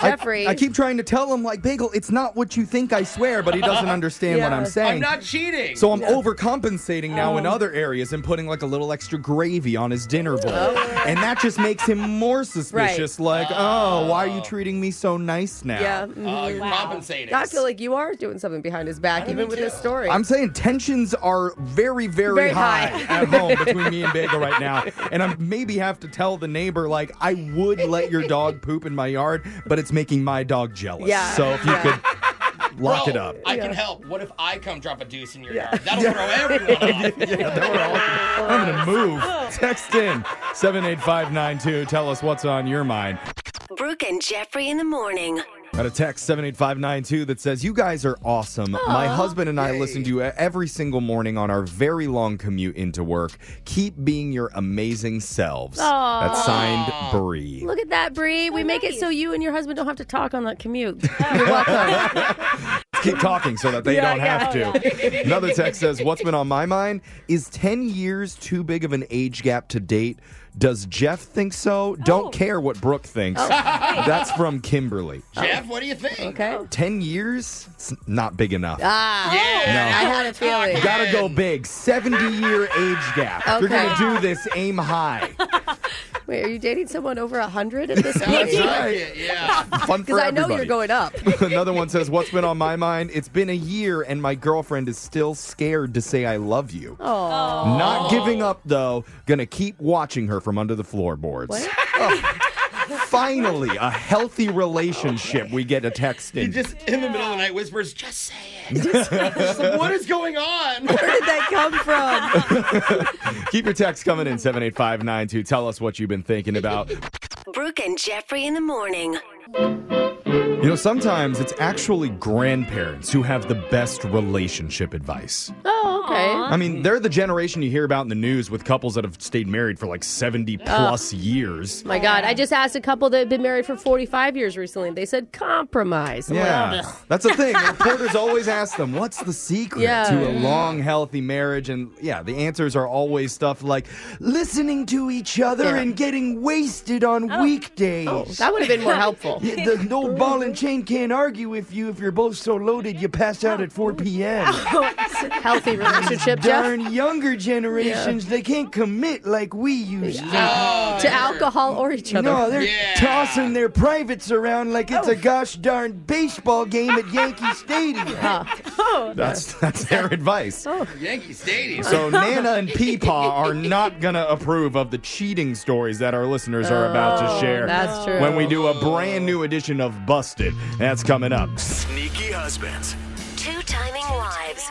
Speaker 4: I-
Speaker 2: Jeffrey.
Speaker 4: I, keep trying to tell him, like, Bagel, it's not what you think, I swear, but
Speaker 3: *laughs*
Speaker 4: he doesn't understand what
Speaker 2: Yeah.
Speaker 4: I'm saying.
Speaker 3: I'm not cheating.
Speaker 4: so I'm overcompensating now
Speaker 2: Oh.
Speaker 4: in other areas and putting like a little extra gravy on his dinner bowl.
Speaker 2: Oh.
Speaker 4: And that just makes him more suspicious. Like, oh, why are you treating me so nice now?
Speaker 2: yeah. mhm.
Speaker 3: oh, you're compensating.
Speaker 2: I feel like you are doing something behind his back, even with this story.
Speaker 4: I'm saying tensions are very, very,
Speaker 2: Very
Speaker 4: high,
Speaker 2: high.
Speaker 4: at home between me and Bagel right now. And I maybe have to tell the neighbor, like, I would let your dog poop in my yard, but it's making my dog jealous.
Speaker 2: Yeah.
Speaker 4: So if you
Speaker 2: Yeah.
Speaker 4: could lock
Speaker 3: Bro,
Speaker 4: it up.
Speaker 3: I can help. What if I come drop a deuce in your yard? That'll throw everyone off.
Speaker 4: *laughs* Yeah, that were all- I'm going to move.
Speaker 2: oh.
Speaker 4: Text in 78592. Tell us what's on your mind.
Speaker 10: Brooke and Jeffrey in the morning.
Speaker 4: Got a text 78592 that says, You guys are awesome. My husband and I listen to you every single morning on our very long commute into work. Keep being your amazing selves. That's signed Bree.
Speaker 2: Look at that, Bree. We make it so you and your husband don't have to talk on that commute. *laughs* You're welcome.
Speaker 4: Keep talking so that they
Speaker 2: Yeah,
Speaker 4: don't
Speaker 2: yeah. *laughs*
Speaker 4: have to. Another text says, What's been on my mind? Is 10 years too big of an age gap to date? Does Jeff think so?
Speaker 2: Oh.
Speaker 4: Don't care what Brooke thinks. That's from Kimberly.
Speaker 3: Jeff, what do you think? Oh.
Speaker 2: Okay.
Speaker 4: 10 years? It's not big enough.
Speaker 2: Ah, I
Speaker 4: no.
Speaker 2: had a feeling.
Speaker 4: Gotta go big. 70 year age gap. If You're
Speaker 2: Okay.
Speaker 4: gonna do this, aim high.
Speaker 2: Wait, are you dating someone over hundred at
Speaker 3: *laughs*
Speaker 2: this
Speaker 3: Sounds
Speaker 2: point?
Speaker 3: like it, yeah.
Speaker 4: Fun
Speaker 2: *laughs*
Speaker 4: for
Speaker 2: Because I know
Speaker 4: everybody.
Speaker 2: you're going up.
Speaker 4: *laughs*
Speaker 2: *laughs*
Speaker 4: Another one says, What's been on my mind? It's been a year and my girlfriend is still scared to say I love you.
Speaker 2: Oh,
Speaker 4: *laughs* Not giving up though, gonna keep watching her from under the floorboards.
Speaker 2: What?
Speaker 4: Oh. Finally, a healthy relationship. We get a text
Speaker 2: *laughs*
Speaker 3: He
Speaker 4: in.
Speaker 3: just in the middle of the night whispers, "Just say
Speaker 4: *laughs*
Speaker 3: it." *laughs* Just like, what is going on?
Speaker 2: Where did that come from?
Speaker 4: Keep your text coming in 78592. Tell us what you've been thinking about.
Speaker 10: Brooke and Jeffrey in the morning.
Speaker 4: You know, sometimes it's actually grandparents who have the best relationship advice.
Speaker 2: Oh, okay.
Speaker 4: I mean, they're the generation you hear about in the news with couples that have stayed married for like 70 plus years.
Speaker 2: My God, I just asked a couple that had been married for 45 years recently. They said compromise. I'm like,
Speaker 4: Yeah. That's
Speaker 2: *laughs*
Speaker 4: the thing. Reporters always ask them, what's the secret
Speaker 2: Yeah.
Speaker 4: to a long, healthy marriage? And yeah, the answers are always stuff like listening to each other
Speaker 2: Yeah.
Speaker 4: and getting wasted on
Speaker 2: Oh.
Speaker 4: weekdays.
Speaker 2: that would have been
Speaker 4: *laughs*
Speaker 2: more helpful.
Speaker 4: Yeah, the no ball and chain can't argue with you if you're both so loaded you pass out at 4 p.m.
Speaker 2: Healthy relationship, Jeff.
Speaker 4: Darn younger generations, they can't commit like we used to.
Speaker 2: To alcohol or each other. Oh.
Speaker 4: No, they're
Speaker 3: Yeah.
Speaker 4: tossing their privates around like it's a gosh darn baseball game
Speaker 2: *laughs*
Speaker 4: at Yankee Stadium.
Speaker 2: Oh.
Speaker 4: That's that's their advice.
Speaker 3: Yankee Stadium. *laughs*
Speaker 4: So Nana and Peepaw are not gonna approve of the cheating stories that our listeners are about to share.
Speaker 2: Oh, that's true.
Speaker 4: When we do a brand new edition of Busted, that's coming up.
Speaker 12: Sneaky husbands,
Speaker 10: Two timing wives.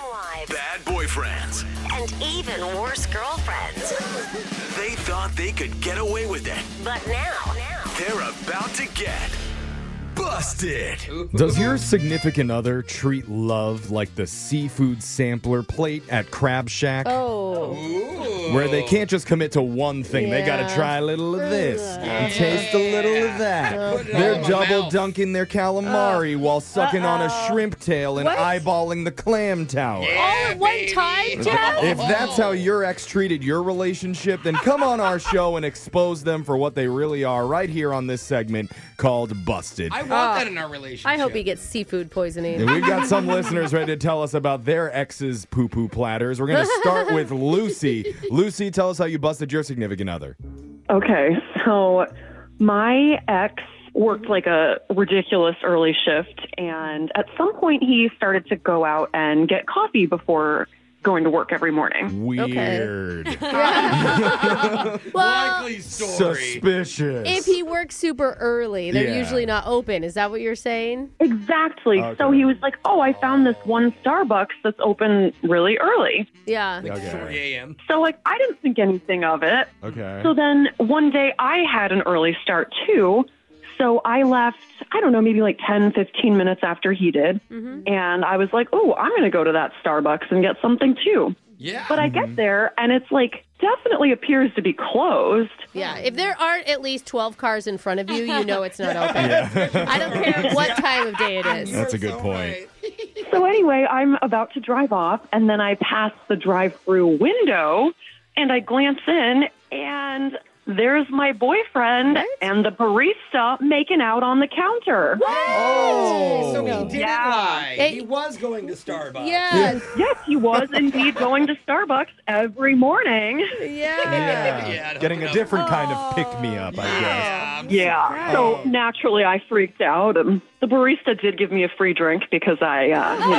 Speaker 12: bad boyfriends.
Speaker 10: And even worse girlfriends.
Speaker 12: They thought they could get away with it.
Speaker 10: But now, now
Speaker 12: They're about to get busted.
Speaker 4: Does your significant other treat love like the seafood sampler plate at Crab Shack?
Speaker 2: Oh,
Speaker 4: where they can't just commit to one thing. They got to
Speaker 2: Yeah.
Speaker 4: try a little of this and taste a little of that. They're double dunking their calamari while sucking on a shrimp tail and eyeballing the clam tower.
Speaker 1: All at one time, Jeff?
Speaker 4: If that's how your ex treated your relationship, then come on our show and expose them for what they really are right here on this segment called Busted.
Speaker 3: I want that in our relationship.
Speaker 2: I hope he gets seafood poisoning.
Speaker 4: And we've got some listeners ready to tell us about their ex's poo poo platters. We're going to
Speaker 2: *laughs*
Speaker 4: start with Lucy. Lucy, tell us how you busted your significant other.
Speaker 13: Okay, so my ex worked like a ridiculous early shift, and at some point he started to go out and get coffee before going to work every morning.
Speaker 4: Weird.
Speaker 2: *laughs* Well,
Speaker 3: Likely story.
Speaker 4: Suspicious.
Speaker 2: if he works super early, they're
Speaker 4: Yeah.
Speaker 2: usually not open. Is that what you're saying?
Speaker 13: Exactly. So
Speaker 4: Okay.
Speaker 13: he was like, "Oh, I found this one Starbucks that's open really early."
Speaker 2: Yeah.
Speaker 4: okay.
Speaker 3: 3 a.m.
Speaker 13: So like, I didn't think anything of it.
Speaker 4: Okay.
Speaker 13: So then one day I had an early start too. So I left, I don't know, maybe like 10, 15 minutes after he did. And I was like, oh, I'm going to go to that Starbucks and get something too.
Speaker 3: Yeah.
Speaker 13: But I get there and it's like definitely appears to be closed.
Speaker 2: Yeah. If there aren't at least 12 cars in front of you, you know it's not
Speaker 4: *laughs*
Speaker 2: open. I don't
Speaker 3: *laughs*
Speaker 2: care *laughs* what time of day it is.
Speaker 4: That's a good point.
Speaker 13: So anyway, I'm about to drive off and then I pass the drive through window and I glance in and there's my boyfriend and the barista making out on the counter.
Speaker 4: Oh.
Speaker 3: So he didn't
Speaker 13: Yeah.
Speaker 3: lie.
Speaker 2: Hey.
Speaker 3: He was going to Starbucks.
Speaker 2: Yeah.
Speaker 13: *laughs* Yes, he was indeed going to Starbucks every morning.
Speaker 2: *laughs* Yeah.
Speaker 4: Yeah.
Speaker 3: Yeah, I don't
Speaker 4: Getting a
Speaker 3: know.
Speaker 4: different kind of pick me up, I guess.
Speaker 3: Um,
Speaker 13: Yeah. So naturally, I freaked out. Um, the barista did give me a free drink because I, uh, you
Speaker 3: Oh.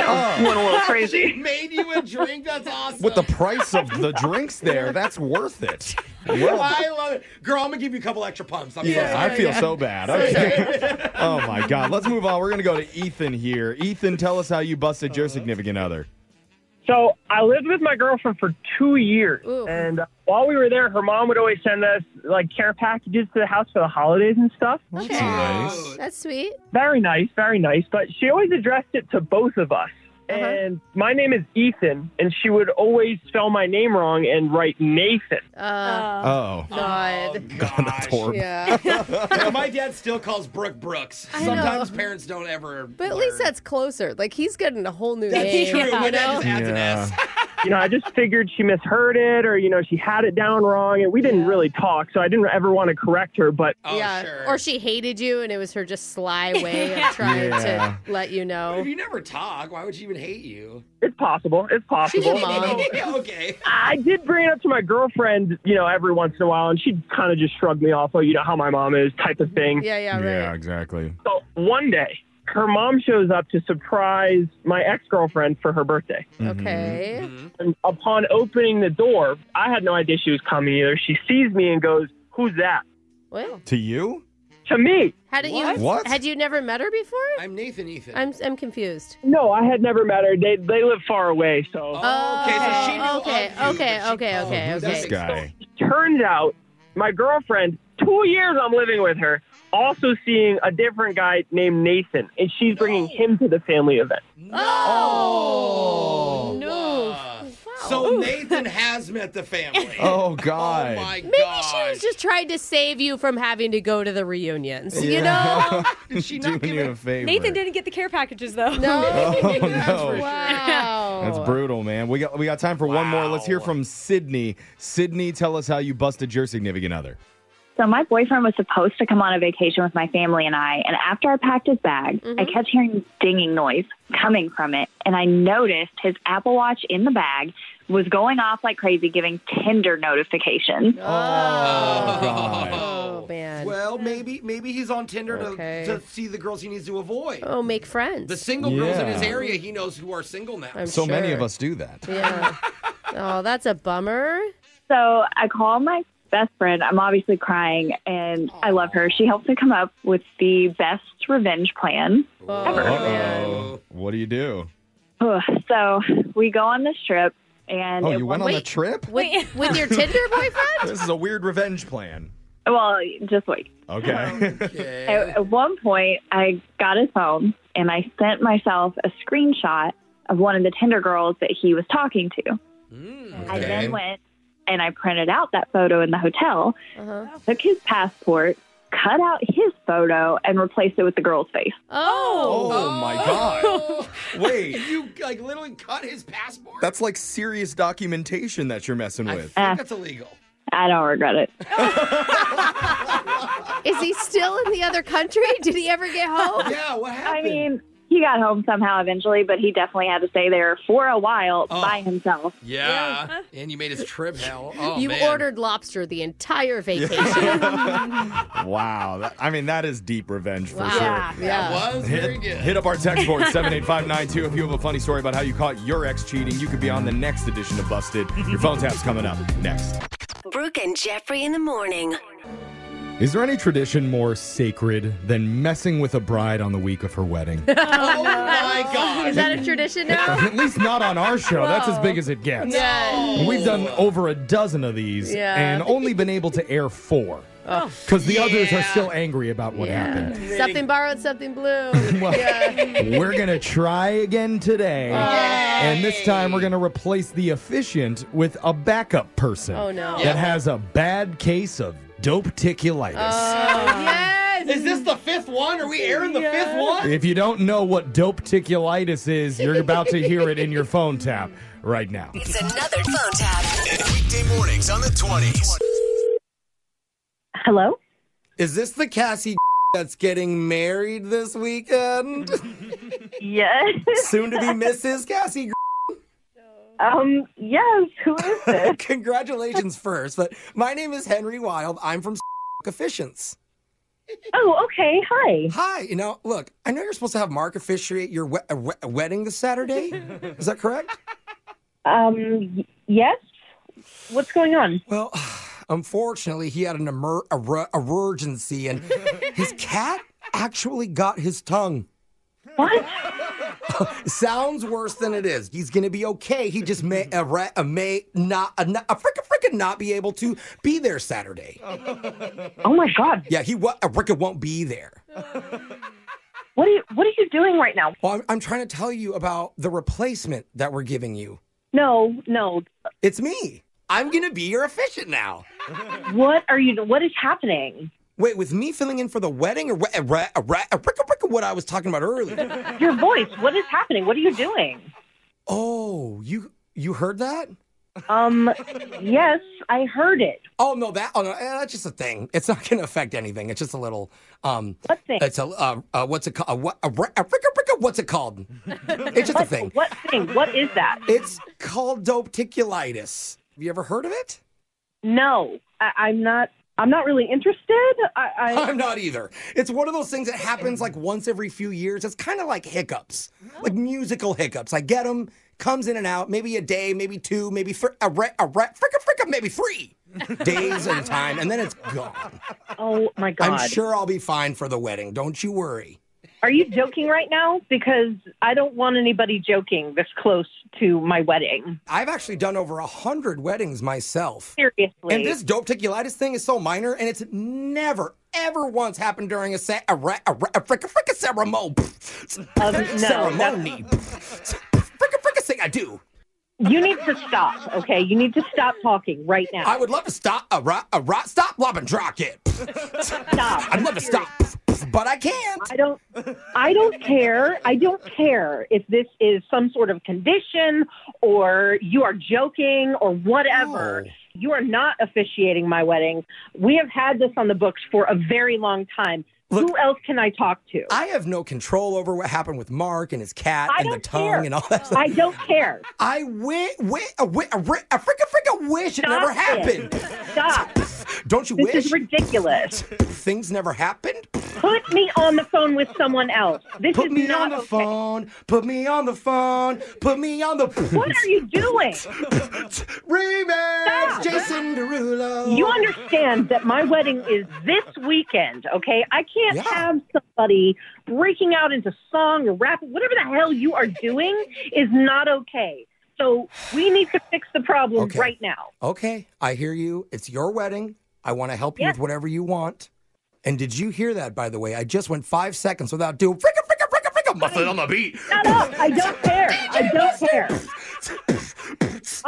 Speaker 13: know, went a little
Speaker 3: She *laughs*
Speaker 13: crazy.
Speaker 3: made you a drink. That's awesome.
Speaker 4: With the price of the drinks there, that's worth it. Well,
Speaker 3: I love it, girl. I'm gonna give you a couple extra pumps. I'm
Speaker 4: yeah,
Speaker 3: sorry.
Speaker 4: I feel so bad. Okay. Oh my God. Let's move on. We're going to go to Ethan here. Ethan, tell us how you busted your significant other.
Speaker 14: So I lived with my girlfriend for two years,
Speaker 2: Ooh.
Speaker 14: and uh, while we were there, her mom would always send us like care packages to the house for the holidays and stuff.
Speaker 2: Okay.
Speaker 4: Nice.
Speaker 2: That's sweet.
Speaker 14: Very nice, very nice. But she always addressed it to both of us.
Speaker 2: Uh-huh.
Speaker 14: And my name is Ethan, and she would always spell my name wrong and write Nathan.
Speaker 2: Uh,
Speaker 4: Oh.
Speaker 2: God.
Speaker 4: God, *laughs* that's horrible.
Speaker 2: Yeah.
Speaker 3: *laughs* My dad still calls Brooke Brooks.
Speaker 2: know.
Speaker 3: Sometimes parents don't ever.
Speaker 2: But at least that's closer. Like he's getting a whole new name.
Speaker 3: *laughs* that's true.
Speaker 2: you
Speaker 3: My dad
Speaker 2: know?
Speaker 3: just adds an S.
Speaker 14: You know, I just figured she misheard it, or you know, she had it down wrong, and we didn't really talk, so I didn't ever want to correct her. But
Speaker 3: Oh,
Speaker 2: yeah.
Speaker 3: sure.
Speaker 2: Or she hated you and it was her just sly way of
Speaker 3: *laughs*
Speaker 2: trying
Speaker 4: Yeah.
Speaker 2: to let you know.
Speaker 3: If you never talk, why would she even hate you?
Speaker 14: it's possible. It's possible.
Speaker 2: mom.
Speaker 3: Yeah, *laughs* okay.
Speaker 14: I did bring it up to my girlfriend, you know, every once in a while, and she kind of just shrugged me off, oh, you know how my mom is, type of thing.
Speaker 2: Yeah, yeah,
Speaker 4: Yeah,
Speaker 2: right.
Speaker 4: exactly.
Speaker 14: So one day, her mom shows up to surprise my ex girlfriend for her birthday.
Speaker 4: Mm-hmm.
Speaker 2: Okay.
Speaker 14: And upon opening the door, I had no idea she was coming either. She sees me and goes, Who's that?
Speaker 2: Well,
Speaker 4: To you?
Speaker 14: to me.
Speaker 9: Hadn't
Speaker 14: What?
Speaker 9: you?
Speaker 14: What?
Speaker 9: Had you never met her before?
Speaker 3: I'm Nathan. Ethan.
Speaker 9: I'm I'm confused.
Speaker 14: No, I had never met her. They they live far away, so.
Speaker 9: Oh. okay, so she okay, okay, okay, okay, okay,
Speaker 4: guy.
Speaker 14: Turns out, my girlfriend, two years I'm living with her, also seeing a different guy named Nathan, and she's bringing him to the family event.
Speaker 3: Oh no! So Nathan has met the family.
Speaker 4: Oh God.
Speaker 3: Oh my
Speaker 9: Maybe she was just trying to save you from having to go to the reunions. You know.
Speaker 4: *laughs*
Speaker 3: Did she
Speaker 4: not Doing you a favor.
Speaker 1: Nathan didn't get the care packages though. *laughs*
Speaker 4: Oh, no.
Speaker 9: Wow.
Speaker 4: That's brutal, man. We got we got time for one more. Let's hear from Sydney. Sydney, tell us how you busted your significant other.
Speaker 15: So my boyfriend was supposed to come on a vacation with my family and I, and after I packed his bag,
Speaker 9: Mm-hmm.
Speaker 15: I kept hearing dinging noise coming from it, and I noticed his Apple Watch in the bag was going off like crazy, giving Tinder notifications.
Speaker 9: Oh.
Speaker 3: Oh man. Well, maybe maybe he's on Tinder to, to see the girls he needs to avoid.
Speaker 9: Oh, make friends.
Speaker 3: The single girls in his
Speaker 4: Yeah.
Speaker 3: area he knows who are single now.
Speaker 9: I'm
Speaker 4: so many
Speaker 9: sure.
Speaker 4: of us do that.
Speaker 9: Yeah. oh, that's a bummer.
Speaker 15: So I call my best friend. I'm obviously crying, and I love her. She helped me come up with the best revenge plan.
Speaker 9: Oh.
Speaker 4: Uh-oh. What do you do?
Speaker 15: Ugh. So we go on this trip, and
Speaker 4: oh,
Speaker 15: at
Speaker 4: you
Speaker 15: one-
Speaker 4: went on a trip?
Speaker 9: With, with your Tinder
Speaker 3: *laughs*
Speaker 9: boyfriend?
Speaker 4: This is a weird revenge plan.
Speaker 15: Well, just wait.
Speaker 4: Okay.
Speaker 15: At, at one point, I got his phone and I sent myself a screenshot of one of the Tinder girls that he was talking to.
Speaker 3: Hmm,
Speaker 15: I then went and I printed out that photo in the hotel, took his passport, cut out his photo, and replaced it with the girl's face.
Speaker 9: Oh.
Speaker 4: Oh my god. *laughs* Wait.
Speaker 3: oh. You like literally cut his passport.
Speaker 4: *laughs* That's like serious documentation that you're messing with.
Speaker 3: I think that's illegal.
Speaker 15: I don't regret it.
Speaker 9: *laughs* Is he still in the other country? *laughs* Did he ever get home?
Speaker 3: Yeah, what
Speaker 15: I mean, he got home somehow eventually, but he definitely had to stay there for a while
Speaker 3: Oh.
Speaker 15: by himself.
Speaker 3: Yeah. And you made his
Speaker 9: *laughs*
Speaker 3: trip hell. Oh,
Speaker 9: you
Speaker 3: man.
Speaker 9: ordered lobster the entire vacation. *laughs*
Speaker 4: Wow. That, I mean, that is deep revenge for
Speaker 9: Wow.
Speaker 4: sure.
Speaker 9: Yeah, yeah. That
Speaker 3: was
Speaker 4: hit,
Speaker 3: very good.
Speaker 4: Hit up our text board 78592 if you have a funny story about how you caught your ex cheating. You could be on the next edition of Busted. Your phone tap's coming up next.
Speaker 10: Brooke and Jeffrey in the
Speaker 9: *laughs* Oh,
Speaker 10: morning.
Speaker 4: Is there any tradition more sacred than messing with a bride on the week of
Speaker 10: *laughs*
Speaker 4: her wedding?
Speaker 9: oh
Speaker 3: my god.
Speaker 9: Is that a tradition now?
Speaker 4: At least not on our show. That's as big as it gets.
Speaker 9: Yeah.
Speaker 4: We've done over a dozen of these
Speaker 9: Yeah.
Speaker 4: and only been able to air four
Speaker 9: Oh.
Speaker 4: because the others are still angry about what happened.
Speaker 9: Something borrowed, something blue.
Speaker 4: *laughs* Well,
Speaker 9: yeah.
Speaker 4: We're going to try again today. And this time we're going to replace the efficient with a backup person.
Speaker 9: Oh, no.
Speaker 4: That has a bad case of dopeticulitis.
Speaker 9: Uh-huh. Oh,
Speaker 3: *laughs* yes. Is this the fifth one? Are we airing the fifth one?
Speaker 4: If you don't know what dopeticulitis is, you're about to hear it
Speaker 9: *laughs*
Speaker 4: in your phone tap right now.
Speaker 10: It's another phone tap.
Speaker 12: Weekday mornings on the 20s.
Speaker 15: Hello?
Speaker 3: Is this the Cassie that's getting married this weekend?
Speaker 15: Yes.
Speaker 3: Soon to be Mrs. Cassie.
Speaker 15: Um, yes.
Speaker 3: *laughs*
Speaker 15: Who is this?
Speaker 3: Congratulations first, but my name is Henry Wild. I'm from Efficients.
Speaker 15: Oh, okay. Hi.
Speaker 3: Hi. You know, look, I know you're supposed to have Mark officiate your we- a we- a wedding this Saturday. Is that correct?
Speaker 15: Um, y- yes. What's going on?
Speaker 3: Well, *sighs* unfortunately, he had an emer- a re- emergency,
Speaker 15: *laughs*
Speaker 3: and his cat actually got his tongue.
Speaker 15: What?
Speaker 3: *laughs* Sounds worse than it is. He's gonna be okay. He just may a re- a may not a, not- a frickin' frickin' not be able to be there Saturday.
Speaker 15: Oh my God.
Speaker 3: Yeah, he wa- a frickin' won't be there.
Speaker 15: What are you What are you doing right now?
Speaker 3: Well, I'm, I'm trying to tell you about the replacement that we're giving you.
Speaker 15: No, no.
Speaker 3: It's me. I'm gonna be your
Speaker 16: *laughs*
Speaker 3: efficient now.
Speaker 15: What are you? What is happening?
Speaker 3: Wait, with me filling in for the wedding or what? Ra- a ra- a frickin' frickin' what I was talking about earlier?
Speaker 15: Your voice. What is happening? What are you doing?
Speaker 3: Oh, you you heard that?
Speaker 15: Um, yes, I heard it.
Speaker 3: Oh no, that oh no, eh, that's just a thing. It's not going to affect anything. It's just a little um.
Speaker 15: What thing?
Speaker 3: It's a uh, uh, what's it called? A, what- a, ra- a, fricka fricka, what's it called? It's just a thing.
Speaker 15: What thing? What is that?
Speaker 3: It's called dopeticulitis. Have you ever heard of it?
Speaker 15: No, I, I'm not. I'm not really interested. I, I
Speaker 3: *laughs* I'm not either. It's one of those things that happens like once every few years. It's kind of like hiccups, like musical hiccups. I get them, comes in and out, maybe a day, maybe two, maybe three, a, re- a re- fricka fricka, maybe three. days and time, and then it's
Speaker 15: *laughs*
Speaker 3: gone.
Speaker 16: Oh my god!
Speaker 3: I'm sure I'll be fine for the wedding. Don't you worry.
Speaker 16: Are you joking right now? Because I don't want anybody joking this close to my wedding.
Speaker 3: I've actually done over a hundred weddings myself.
Speaker 16: Seriously.
Speaker 3: And this dope ticulitis thing is so minor, and it's never, ever once happened during a se- a, ra- a, ra- a fricka fricka ceremony. *laughs*
Speaker 16: Um, no,
Speaker 3: ceremony. fricka fricka thing I do.
Speaker 16: You need to stop, okay? You need to stop talking right now.
Speaker 3: I would love to stop a rot, a rot, stop lob and drop it.
Speaker 7: *laughs*
Speaker 16: stop.
Speaker 3: I'd love to stop, but I can't.
Speaker 16: I don't. I don't care. I don't care if this is some sort of condition or you are joking or whatever. You are not officiating my wedding. We have had this on the books for a very long time. Who else can I talk to?
Speaker 3: I have no control over what happened with Mark and his cat
Speaker 16: I
Speaker 3: and the
Speaker 16: don't
Speaker 3: tongue
Speaker 16: care.
Speaker 3: and all that.
Speaker 16: I don't care.
Speaker 3: I wish, wish, a wi- a ri- a fricka fricka wish it
Speaker 16: Stop
Speaker 3: never
Speaker 16: it.
Speaker 3: happened. *laughs*
Speaker 16: Stop.
Speaker 3: Don't you
Speaker 16: This
Speaker 3: wish?
Speaker 16: is ridiculous.
Speaker 3: *laughs* Things never happened.
Speaker 16: Put me on the phone with someone else. This
Speaker 3: Put
Speaker 16: is
Speaker 3: me
Speaker 16: not
Speaker 3: on the
Speaker 16: okay.
Speaker 3: phone. Put me on the phone. Put me on the.
Speaker 16: What are you doing?
Speaker 3: *laughs* Remix, Jason Derulo.
Speaker 16: You understand that my wedding is this weekend, okay? I can't have somebody breaking out into song or rap. Whatever the hell you are doing is not okay. So we need to fix the problem
Speaker 3: Okay.
Speaker 16: right now.
Speaker 3: Okay, I hear you. It's your wedding. I want to help you with whatever you want. And did you hear that, by the way? I just went five seconds without doing fricka, fricka, fricka, fricka, muffin on the beat.
Speaker 16: Shut up. I don't care. I don't
Speaker 3: *laughs*
Speaker 16: care.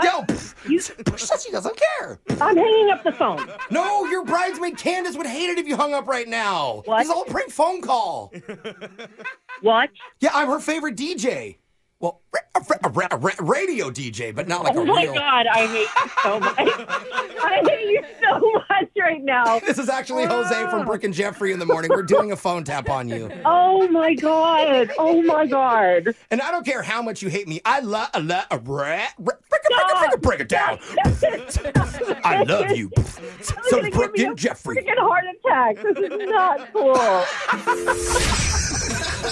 Speaker 3: No, you, *laughs* she doesn't care.
Speaker 16: I'm hanging up the phone.
Speaker 3: No, your bridesmaid Candace would hate it if you hung up right now. What? This is all a prank phone call.
Speaker 16: what?
Speaker 3: Yeah, I'm her favorite DJ. Well, ra- a ra- a ra- radio DJ, but not like
Speaker 16: oh
Speaker 3: a
Speaker 16: my
Speaker 3: real.
Speaker 16: God, I hate you
Speaker 3: *laughs*
Speaker 16: so much. I hate you so much right now. Ah.
Speaker 3: This is actually Jose from Brick and Jeffrey in the morning. We're doing a phone tap on you.
Speaker 16: Oh my God. Oh my God.
Speaker 3: And I don't care how much you hate me. I love, I love, break it, break it, break it down. *laughs* I love
Speaker 16: *laughs*
Speaker 3: you. So
Speaker 16: gonna
Speaker 3: Brick and Jeffrey.
Speaker 16: Freaking heart attack. This is not cool.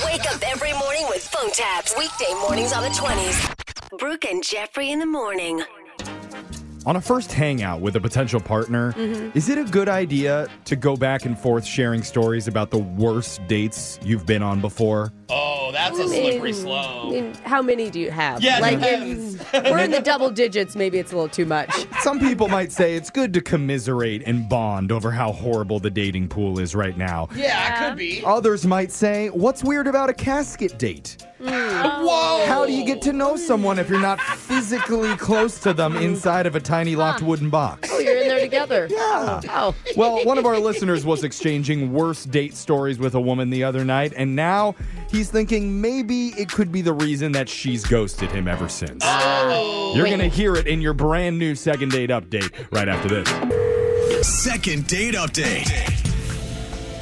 Speaker 10: Wake up every morning with phone taps. Weekday mornings on the 20s. Brooke and Jeffrey in the morning.
Speaker 4: On a first hangout with a potential partner,
Speaker 9: Mm-hmm.
Speaker 10: Mhm.
Speaker 4: is it a good idea to go back and forth sharing stories about the worst dates you've been on before?
Speaker 3: Oh, that's a slippery slope.
Speaker 2: And how many do you have?
Speaker 4: Yeah, it
Speaker 2: like
Speaker 4: depends.
Speaker 2: if we're in the double digits, maybe it's a little too much.
Speaker 4: Some people might say it's good to commiserate and bond over how horrible the dating pool is right now.
Speaker 3: Yeah, it could be.
Speaker 4: Others might say, What's weird about a casket date?
Speaker 3: Whoa!
Speaker 4: How do you get to know someone if you're not physically close to them inside of a tiny locked wooden box?
Speaker 2: Oh, you're in there together.
Speaker 4: *laughs* Yeah.
Speaker 2: Oh.
Speaker 4: Well, one of our listeners was exchanging worst date stories with a woman the other night, and now he's thinking maybe it could be the reason that she's ghosted him ever since. You're
Speaker 12: Wait.
Speaker 4: going to hear it in your brand new second date update right after this.
Speaker 12: Second date update.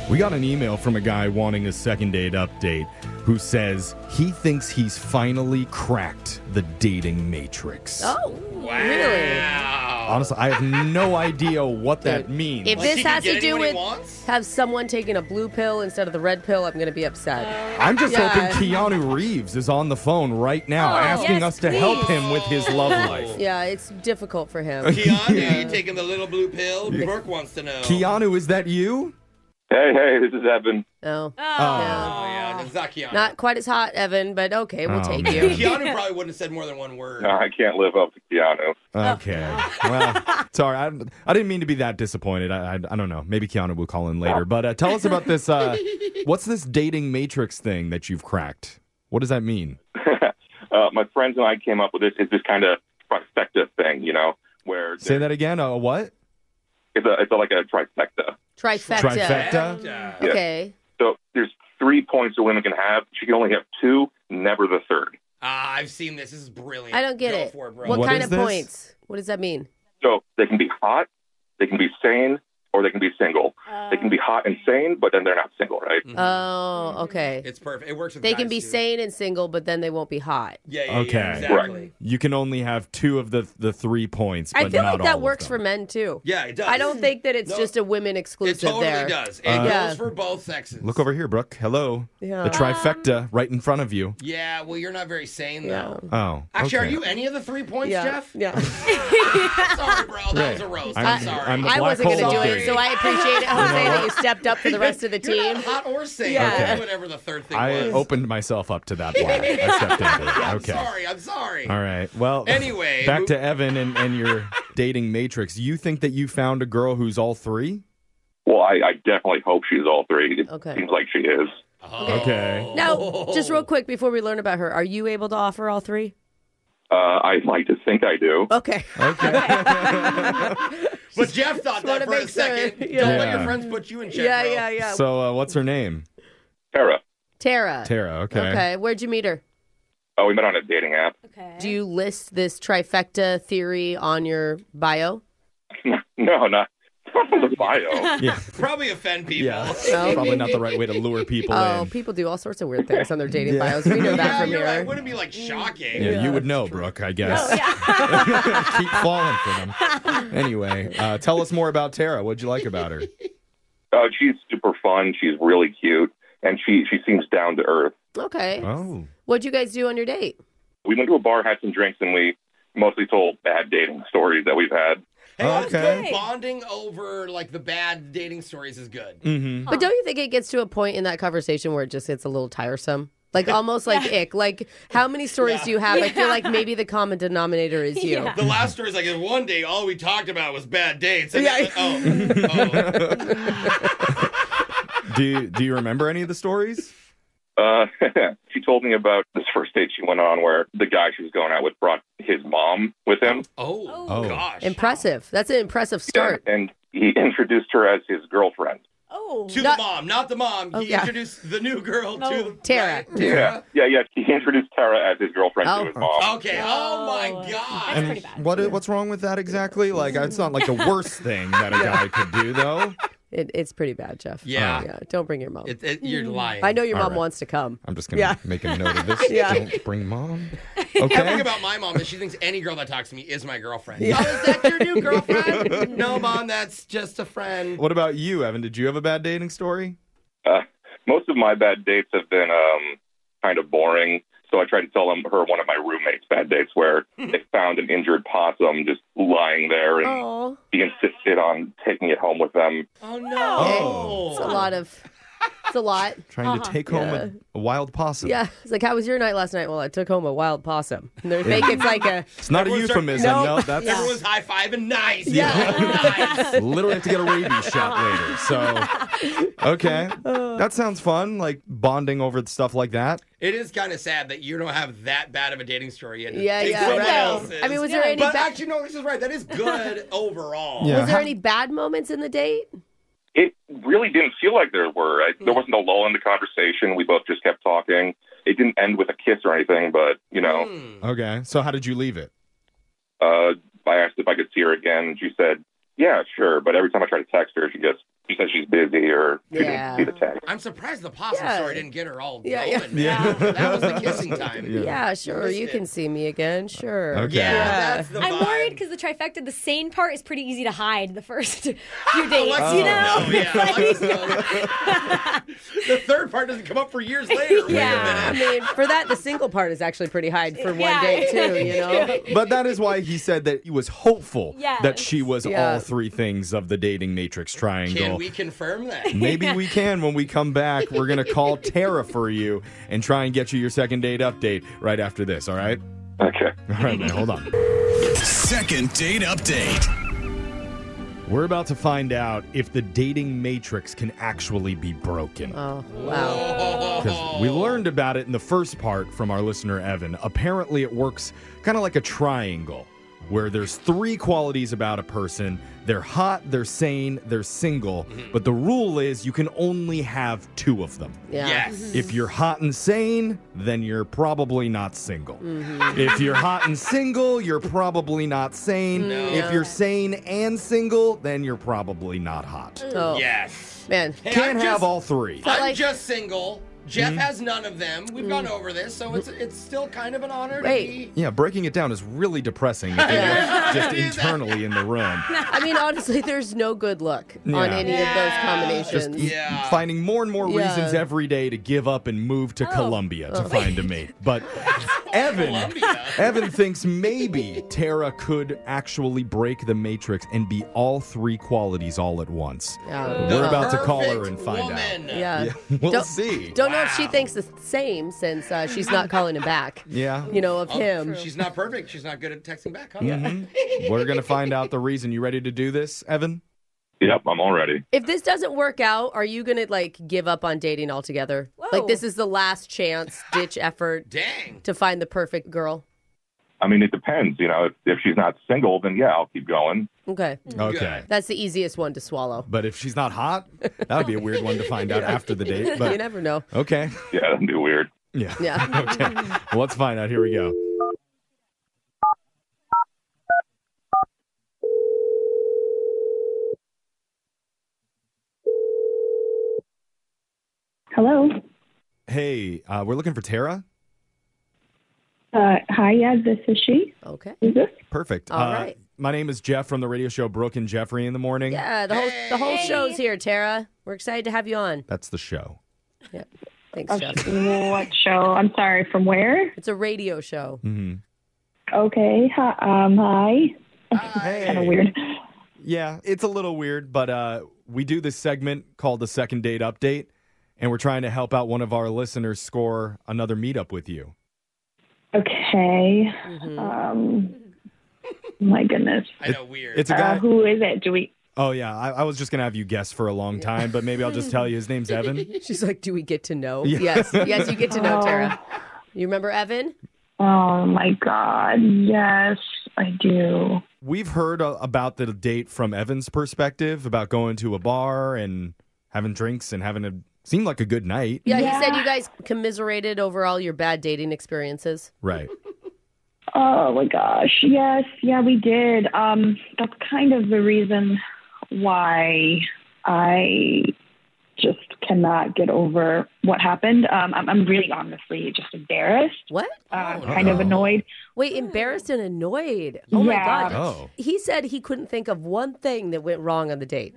Speaker 4: We got an email from a guy wanting a second date update who says he thinks he's finally cracked the dating matrix.
Speaker 2: Oh, really?
Speaker 4: Honestly, I
Speaker 2: *laughs*
Speaker 4: have no idea what that means.
Speaker 2: If this has to do with have someone taking a blue pill instead of the red pill, I'm going to be upset.
Speaker 4: I'm just
Speaker 2: Yeah.
Speaker 4: hoping Keanu Reeves is on the phone right now
Speaker 2: Oh,
Speaker 4: asking
Speaker 2: yes,
Speaker 4: us to help
Speaker 2: please.
Speaker 4: him with his
Speaker 2: *laughs*
Speaker 4: love life.
Speaker 2: yeah, it's difficult for him. *laughs*
Speaker 3: Keanu, you taking the little blue pill?
Speaker 4: Yeah.
Speaker 3: Brooke wants to know.
Speaker 4: Keanu, is that you?
Speaker 8: Hey, hey, this is Evan.
Speaker 2: Oh.
Speaker 3: Oh, yeah, that's not Keanu.
Speaker 2: Not quite as hot, Evan, but okay, we'll
Speaker 4: Oh,
Speaker 2: take
Speaker 4: man.
Speaker 2: you.
Speaker 3: Keanu probably wouldn't have said more than one word.
Speaker 8: No, I can't live up to Keanu.
Speaker 4: Okay. well, sorry. I, I didn't mean to be that disappointed. I, I, I don't know. Maybe Keanu will call in later. But uh, tell us about this. Uh, what's this dating matrix thing that you've cracked? What does that mean?
Speaker 8: *laughs* Uh, my friends and I came up with this. It's this kind of trifecta thing, you know, where
Speaker 4: Say that again. Uh, what?
Speaker 8: it's, a, it's like a trifecta.
Speaker 2: *laughs* Trifecta.
Speaker 3: Uh-huh.
Speaker 4: Trifecta?
Speaker 8: Yeah.
Speaker 2: Okay.
Speaker 8: So there's three points a woman can have. She can only have two, never the third.
Speaker 3: Ah, I've seen this. This is brilliant.
Speaker 2: I don't get
Speaker 3: Go
Speaker 2: it.
Speaker 3: For it bro.
Speaker 2: what kind of points? What does that mean?
Speaker 8: So they can be hot, they can be sane, or they can be single. they can be hot and sane, but then they're not single, right?
Speaker 3: Mm-hmm.
Speaker 9: Oh, okay.
Speaker 8: It's perfect. It works.
Speaker 9: They can be sane and single, but then they won't be hot.
Speaker 3: Yeah,
Speaker 4: Okay. You can only have two of the the three points, but
Speaker 9: I feel
Speaker 4: not
Speaker 9: like that
Speaker 4: all.
Speaker 9: works for men too.
Speaker 3: Yeah, it does.
Speaker 9: I don't think that it's
Speaker 3: No.
Speaker 9: just a women exclusive.
Speaker 3: It totally
Speaker 9: there.
Speaker 3: does. It
Speaker 4: Uh,
Speaker 3: goes for both sexes.
Speaker 4: Look over here, Brooke. Hello.
Speaker 3: Yeah.
Speaker 4: The trifecta right in front of you.
Speaker 3: Yeah, well, you're not very sane though.
Speaker 4: Oh.
Speaker 3: Actually, are
Speaker 4: okay.
Speaker 3: you any of the three points,
Speaker 9: Yeah,
Speaker 3: Jeff?
Speaker 9: *laughs* Yeah.
Speaker 3: *laughs* sorry, bro. That was a roast. I'm,
Speaker 9: I-
Speaker 3: sorry.
Speaker 4: I'm the
Speaker 9: I
Speaker 4: black
Speaker 9: wasn't
Speaker 4: hole
Speaker 9: gonna do
Speaker 4: of
Speaker 9: it,
Speaker 4: dating.
Speaker 9: so I appreciate it, Jose,
Speaker 4: You know
Speaker 9: that
Speaker 4: what?
Speaker 9: you stepped up for the rest of
Speaker 3: *laughs*
Speaker 9: the team.
Speaker 3: hot or sane.
Speaker 9: Yeah.
Speaker 4: Okay.
Speaker 3: Whatever the third thing
Speaker 4: I
Speaker 3: was.
Speaker 4: opened myself up
Speaker 3: *laughs*
Speaker 4: to that black. I stepped into it.
Speaker 3: I'm
Speaker 4: Okay.
Speaker 3: sorry. I'm sorry.
Speaker 4: All right. Well,
Speaker 3: Anyway,
Speaker 4: back
Speaker 3: mo-
Speaker 4: to Evan and, and your dating matrix. You think that you found a girl who's all three?
Speaker 8: Well, I, I definitely hope she's all three. It
Speaker 9: Okay.
Speaker 8: seems like she is.
Speaker 4: Okay.
Speaker 9: Now,
Speaker 3: Oh.
Speaker 9: just real quick before we learn about her, are you able to offer all three?
Speaker 8: Uh, I like to think I do.
Speaker 4: Oh.
Speaker 9: Okay.
Speaker 3: But Jeff thought that for a
Speaker 9: *laughs*
Speaker 3: second. Don't let your *laughs* friends put you in check.
Speaker 9: Yeah,
Speaker 3: bro.
Speaker 9: yeah, yeah.
Speaker 4: So, uh, what's her name?
Speaker 8: Tara.
Speaker 9: Tara.
Speaker 4: Tara. Okay.
Speaker 9: Okay. Where'd you meet her?
Speaker 8: Oh, we met on a dating app. *laughs*
Speaker 9: Do you list this trifecta theory on your bio?
Speaker 8: No, not *laughs* from the bio.
Speaker 4: *laughs* Yeah.
Speaker 3: Probably offend people.
Speaker 4: Yeah.
Speaker 9: Oh.
Speaker 4: Probably not the right way to lure people
Speaker 9: Oh,
Speaker 4: in.
Speaker 9: people do all sorts of weird things on their dating
Speaker 4: Yeah.
Speaker 9: bios. We know that
Speaker 3: Yeah,
Speaker 9: from
Speaker 3: you're
Speaker 9: here.
Speaker 3: right. It wouldn't be like
Speaker 9: Mm.
Speaker 3: shocking.
Speaker 4: Yeah, you would know, Brooke, I guess.
Speaker 9: Oh,
Speaker 4: *laughs* Keep falling for them. Anyway, uh, tell us more about Tara. What'd you like about her?
Speaker 8: Uh, she's super fun. She's really cute, and she she seems down to earth.
Speaker 9: Okay.
Speaker 4: Oh.
Speaker 9: What'd you guys do on your date?
Speaker 8: We went to a bar, had some drinks, and we mostly told bad dating stories that we've had.
Speaker 3: Hey, that's
Speaker 8: Okay.
Speaker 3: good. Bonding over like the bad dating stories is good.
Speaker 4: Mm.
Speaker 8: Mm-hmm.
Speaker 9: But don't you think it gets to a point in that conversation where it just gets a little tiresome? Like almost like ick. Like how many stories do you have? I feel like maybe the common denominator is you.
Speaker 3: The last story is like one day all we talked about was bad dates. And yeah. oh,
Speaker 4: Do you, do you remember any of the stories?
Speaker 8: Uh, *laughs* she told me about this first date she went on where the guy she was going out with brought his mom with him.
Speaker 3: Oh,
Speaker 4: oh.
Speaker 3: gosh.
Speaker 9: Impressive. That's an impressive start.
Speaker 8: And he *laughs* introduced her as his girlfriend.
Speaker 3: oh. To
Speaker 9: Not- Oh,
Speaker 3: the mom, not the mom. He
Speaker 9: yeah.
Speaker 3: introduced the new girl to the
Speaker 9: Tara.
Speaker 8: Yeah. Yeah, yeah. He introduced Tara as his girlfriend
Speaker 4: Oh.
Speaker 8: to his mom.
Speaker 3: Okay. Oh, my
Speaker 9: *laughs*
Speaker 3: God.
Speaker 4: and What, What's wrong with that exactly? Like, it's not like the worst
Speaker 9: *laughs*
Speaker 4: thing that a guy could do, though.
Speaker 9: It, it's pretty bad, Jeff.
Speaker 4: Yeah.
Speaker 9: yeah. Don't bring your mom. Mm-hmm.
Speaker 3: It- it- you're lying.
Speaker 9: I know your
Speaker 4: All
Speaker 9: mom
Speaker 4: right.
Speaker 9: wants to come.
Speaker 4: I'm just going to
Speaker 9: Yeah.
Speaker 4: make a note of
Speaker 9: *laughs*
Speaker 4: this.
Speaker 9: Yeah.
Speaker 4: Don't bring mom.
Speaker 3: The
Speaker 4: Okay.
Speaker 3: thing about my mom is she thinks any girl that talks to me is my girlfriend. Oh, is that
Speaker 9: *laughs*
Speaker 3: your new girlfriend? *laughs* no, mom, that's just a friend.
Speaker 4: What about you, Evan? Did you have a bad dating story?
Speaker 8: Uh, most of my bad dates have been um, kind of boring. So I tried to tell them her one of my roommates' bad dates where they found an injured possum just lying there, and
Speaker 9: Oh,
Speaker 8: he insisted on taking it home with them.
Speaker 3: oh no.
Speaker 9: It's a lot of. It's a lot.
Speaker 4: Oh.
Speaker 9: Uh-huh.
Speaker 4: *laughs* Trying to take home a, a wild possum. *laughs*
Speaker 9: Yeah. It's like, how was your night last night? Well, I took home a wild possum. And they think
Speaker 4: Yeah.
Speaker 9: it's like a.
Speaker 4: It's not a euphemism. No, that's
Speaker 3: Everyone's high five and nice.
Speaker 4: *laughs* literally have to get a rabies shot later.
Speaker 9: *laughs*
Speaker 4: So, okay,
Speaker 9: Uh. Oh.
Speaker 4: that sounds fun. Like bonding over stuff like that.
Speaker 3: It is kind of sad that you don't have that bad of a dating story. And
Speaker 9: Yeah,
Speaker 3: take
Speaker 9: yeah,
Speaker 3: someone
Speaker 9: right.
Speaker 3: else's.
Speaker 9: I mean, was there any
Speaker 3: But
Speaker 9: ba-
Speaker 3: actually, no, this is right. That
Speaker 9: *laughs*
Speaker 3: is good overall.
Speaker 9: Was there any bad moments in the date?
Speaker 8: It really didn't feel like there were. I, there wasn't a lull in the conversation. We both just kept talking. It didn't end with a kiss or anything, but you know,
Speaker 3: Mm.
Speaker 4: Okay, so how did you leave it?
Speaker 8: uh, I asked if I could see her again, and she said, "Yeah, sure." But every time I try to text her, she just she says she's busy or she didn't
Speaker 3: Yeah.
Speaker 8: see the text.
Speaker 3: I'm surprised the possum story didn't get her all
Speaker 9: Yeah,
Speaker 3: yeah,
Speaker 9: yeah.
Speaker 3: going. Yeah. That
Speaker 9: *laughs*
Speaker 3: was the kissing time.
Speaker 9: Yeah, sure. You can see me again. Sure.
Speaker 4: Okay.
Speaker 3: Yeah, that's the
Speaker 1: I'm
Speaker 3: vibe.
Speaker 1: worried because the trifecta, the sane part, is pretty easy to hide the first *laughs*
Speaker 3: *laughs*
Speaker 1: few dates.
Speaker 3: Alexis,
Speaker 4: Oh.
Speaker 1: You know,
Speaker 3: no, Oh, yeah, Alexis, knows. the third part doesn't come up for years later.
Speaker 9: Yeah. I mean, for that, the single part is actually pretty high for one
Speaker 3: Yeah.
Speaker 9: date, too,
Speaker 1: *laughs*
Speaker 9: you know?
Speaker 4: But that is why he said that he was hopeful
Speaker 3: Yes.
Speaker 4: that she was
Speaker 3: Yeah.
Speaker 4: all three things of the dating matrix
Speaker 3: Can
Speaker 4: triangle.
Speaker 3: we confirm that?
Speaker 4: *laughs* Maybe we can when we come back. We're going to call Tara for you and try and get you your second date update right after this, all right?
Speaker 8: Okay.
Speaker 4: All right, man, hold on.
Speaker 12: Second date update.
Speaker 4: We're about to find out if the dating matrix can actually be broken.
Speaker 9: Oh, wow.
Speaker 4: Because we learned about it in the first part from our listener, Evan. Apparently, it works kind of like a triangle where there's three qualities about a person they're hot, they're sane, they're single, but the rule is you can only have two of them.
Speaker 9: Yeah.
Speaker 3: Yes.
Speaker 4: If you're hot and sane, then you're probably not single. If you're hot and single, you're probably not sane.
Speaker 9: No.
Speaker 4: If you're sane and single, then you're probably not hot.
Speaker 9: Oh.
Speaker 3: Yes.
Speaker 9: Man.
Speaker 3: Hey,
Speaker 4: Can't
Speaker 3: I'm
Speaker 4: have
Speaker 3: just-
Speaker 4: all three.
Speaker 3: I'm just single. Jeff
Speaker 4: Mhm.
Speaker 3: has none of them. We've gone over this, so it's it's still kind of an honor to be
Speaker 4: Yeah, breaking it down is really depressing if you're
Speaker 3: *laughs*
Speaker 9: *laughs*
Speaker 4: just internally in the room.
Speaker 9: I mean, honestly, there's no good look on
Speaker 4: Yeah.
Speaker 9: any of those
Speaker 4: Just
Speaker 9: combinations.
Speaker 4: finding more and more
Speaker 9: Yeah.
Speaker 4: reasons every day to give up and move to Colombia to
Speaker 9: Oh.
Speaker 4: find a mate.
Speaker 9: *laughs*
Speaker 4: But Evan, Evan thinks maybe Tara could actually break the matrix and be all three qualities all at once.
Speaker 9: Yeah.
Speaker 4: We're
Speaker 9: The
Speaker 4: about to call her
Speaker 9: perfect
Speaker 4: and find
Speaker 9: woman.
Speaker 4: out.
Speaker 9: Yeah.
Speaker 4: we'll
Speaker 9: Don't-
Speaker 4: see.
Speaker 9: Don't know if she thinks the same since uh, she's not calling him back.
Speaker 4: *laughs* Yeah.
Speaker 9: You know, of
Speaker 3: Oh,
Speaker 9: him.
Speaker 3: She's not perfect. She's not good at texting back, huh?
Speaker 4: Mhm. We're gonna find out the reason. You ready to do this, Evan?
Speaker 8: Yep, I'm all ready.
Speaker 9: If this doesn't work out, are you gonna like give up on dating altogether? Like this is the last
Speaker 3: *laughs*
Speaker 9: chance, ditch effort,
Speaker 3: dang,
Speaker 9: to find the perfect girl.
Speaker 8: I mean, it depends. You know, if, if she's not single, then yeah, I'll keep going.
Speaker 9: Okay.
Speaker 4: Okay.
Speaker 9: That's the easiest one to swallow.
Speaker 4: But if she's not hot, that would be a weird one to find
Speaker 9: *laughs*
Speaker 4: out after the date.
Speaker 9: you
Speaker 4: But
Speaker 9: never know.
Speaker 4: okay.
Speaker 8: *laughs* Yeah, that'd be weird.
Speaker 4: Yeah. *laughs*
Speaker 9: Yeah.
Speaker 4: okay. Well, let's find out. Here we go.
Speaker 17: Hello.
Speaker 4: Hey, uh, we're looking for Tara.
Speaker 17: Uh, hi, yeah, this is she.
Speaker 9: Okay.
Speaker 17: Is this?
Speaker 4: Perfect.
Speaker 17: All
Speaker 4: uh,
Speaker 17: right.
Speaker 4: My name is Jeff from the radio show Brooke and Jeffrey in the morning.
Speaker 9: Yeah, the whole the whole show's here, Tara. We're excited to have you on.
Speaker 4: That's the show.
Speaker 9: Yep. Thanks, Jeff.
Speaker 17: What show? I'm sorry, from where?
Speaker 9: It's a radio show.
Speaker 4: Mm-hmm.
Speaker 17: Okay. Hi, um, hi. *laughs* kind of weird.
Speaker 4: Yeah, it's a little weird, but uh, we do this segment called the Second Date Update, and we're trying to help out one of our listeners score another meetup with you.
Speaker 17: Okay. Um, my goodness.
Speaker 3: I know, weird.
Speaker 4: It's a guy.
Speaker 17: Uh, who is it? Do we?
Speaker 4: oh yeah, I, I was just gonna have you guess for a long time, but maybe I'll just tell you his name's
Speaker 17: *laughs*
Speaker 4: Evan.
Speaker 9: She's like, Do we get to know?
Speaker 4: Yeah.
Speaker 9: Yes. Yes, you get to know
Speaker 17: Oh.
Speaker 9: Tara. You remember Evan?
Speaker 17: Oh my God. Yes, I do.
Speaker 4: We've heard uh, about the date from Evan's perspective about going to a bar and having drinks and having a seemed like a good night.
Speaker 9: Yeah, he said you guys commiserated over all your bad dating experiences.
Speaker 4: Right.
Speaker 17: Oh my gosh. Yes. Yeah, we did. Um, that's kind of the reason why I just cannot get over what happened. Um, I'm, I'm really honestly just embarrassed.
Speaker 9: What?
Speaker 17: Uh,
Speaker 9: Oh,
Speaker 17: kind of
Speaker 9: no.
Speaker 17: annoyed.
Speaker 9: Wait, embarrassed and annoyed. Oh my
Speaker 17: Yeah.
Speaker 9: god.
Speaker 17: Oh.
Speaker 9: He said he couldn't think of one thing that went wrong on the date.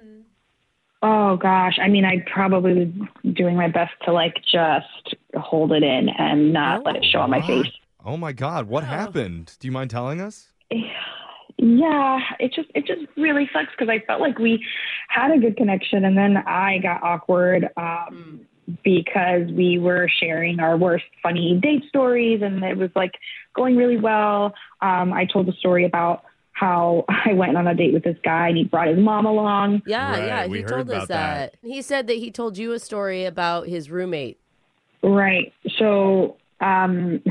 Speaker 17: Oh gosh. I mean, I probably was doing my best to like just hold it in and
Speaker 9: Oh,
Speaker 17: not let it show on my
Speaker 4: What?
Speaker 17: face.
Speaker 4: Oh my God, what happened? Do you mind telling us?
Speaker 17: Yeah, it just it just really sucks because I felt like we had a good connection, and then I got awkward um,
Speaker 9: Hmm.
Speaker 17: because we were sharing our worst funny date stories, and it was like going really well. Um, I told a story about how *laughs* I went on a date with this guy, and he brought his mom along.
Speaker 9: Yeah, yeah,
Speaker 17: we
Speaker 9: he
Speaker 17: heard
Speaker 9: told us
Speaker 17: about that.
Speaker 9: He said that he told you a story about his roommate.
Speaker 17: Right. So, um,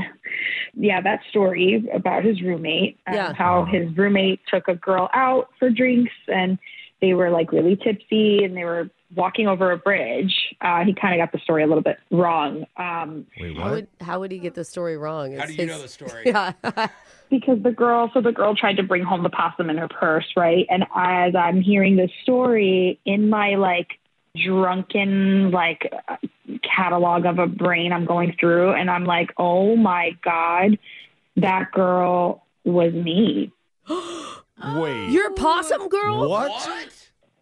Speaker 17: yeah, that story about his roommate, um,
Speaker 9: Yeah.
Speaker 17: how his roommate took a girl out for drinks and they were like really tipsy and they were walking over a bridge. Uh, he kind of got the story a little bit wrong. Um,
Speaker 9: How would how would he get the story wrong? How do you know the
Speaker 3: story?
Speaker 9: *laughs* Yeah.
Speaker 17: because the girl, so the girl tried to bring home the possum in her purse, right? And as I'm hearing this story in my like drunken like uh, catalog of a brain I'm going through, and I'm like, oh my god, that girl was me.
Speaker 4: Wait.
Speaker 9: You're a possum girl?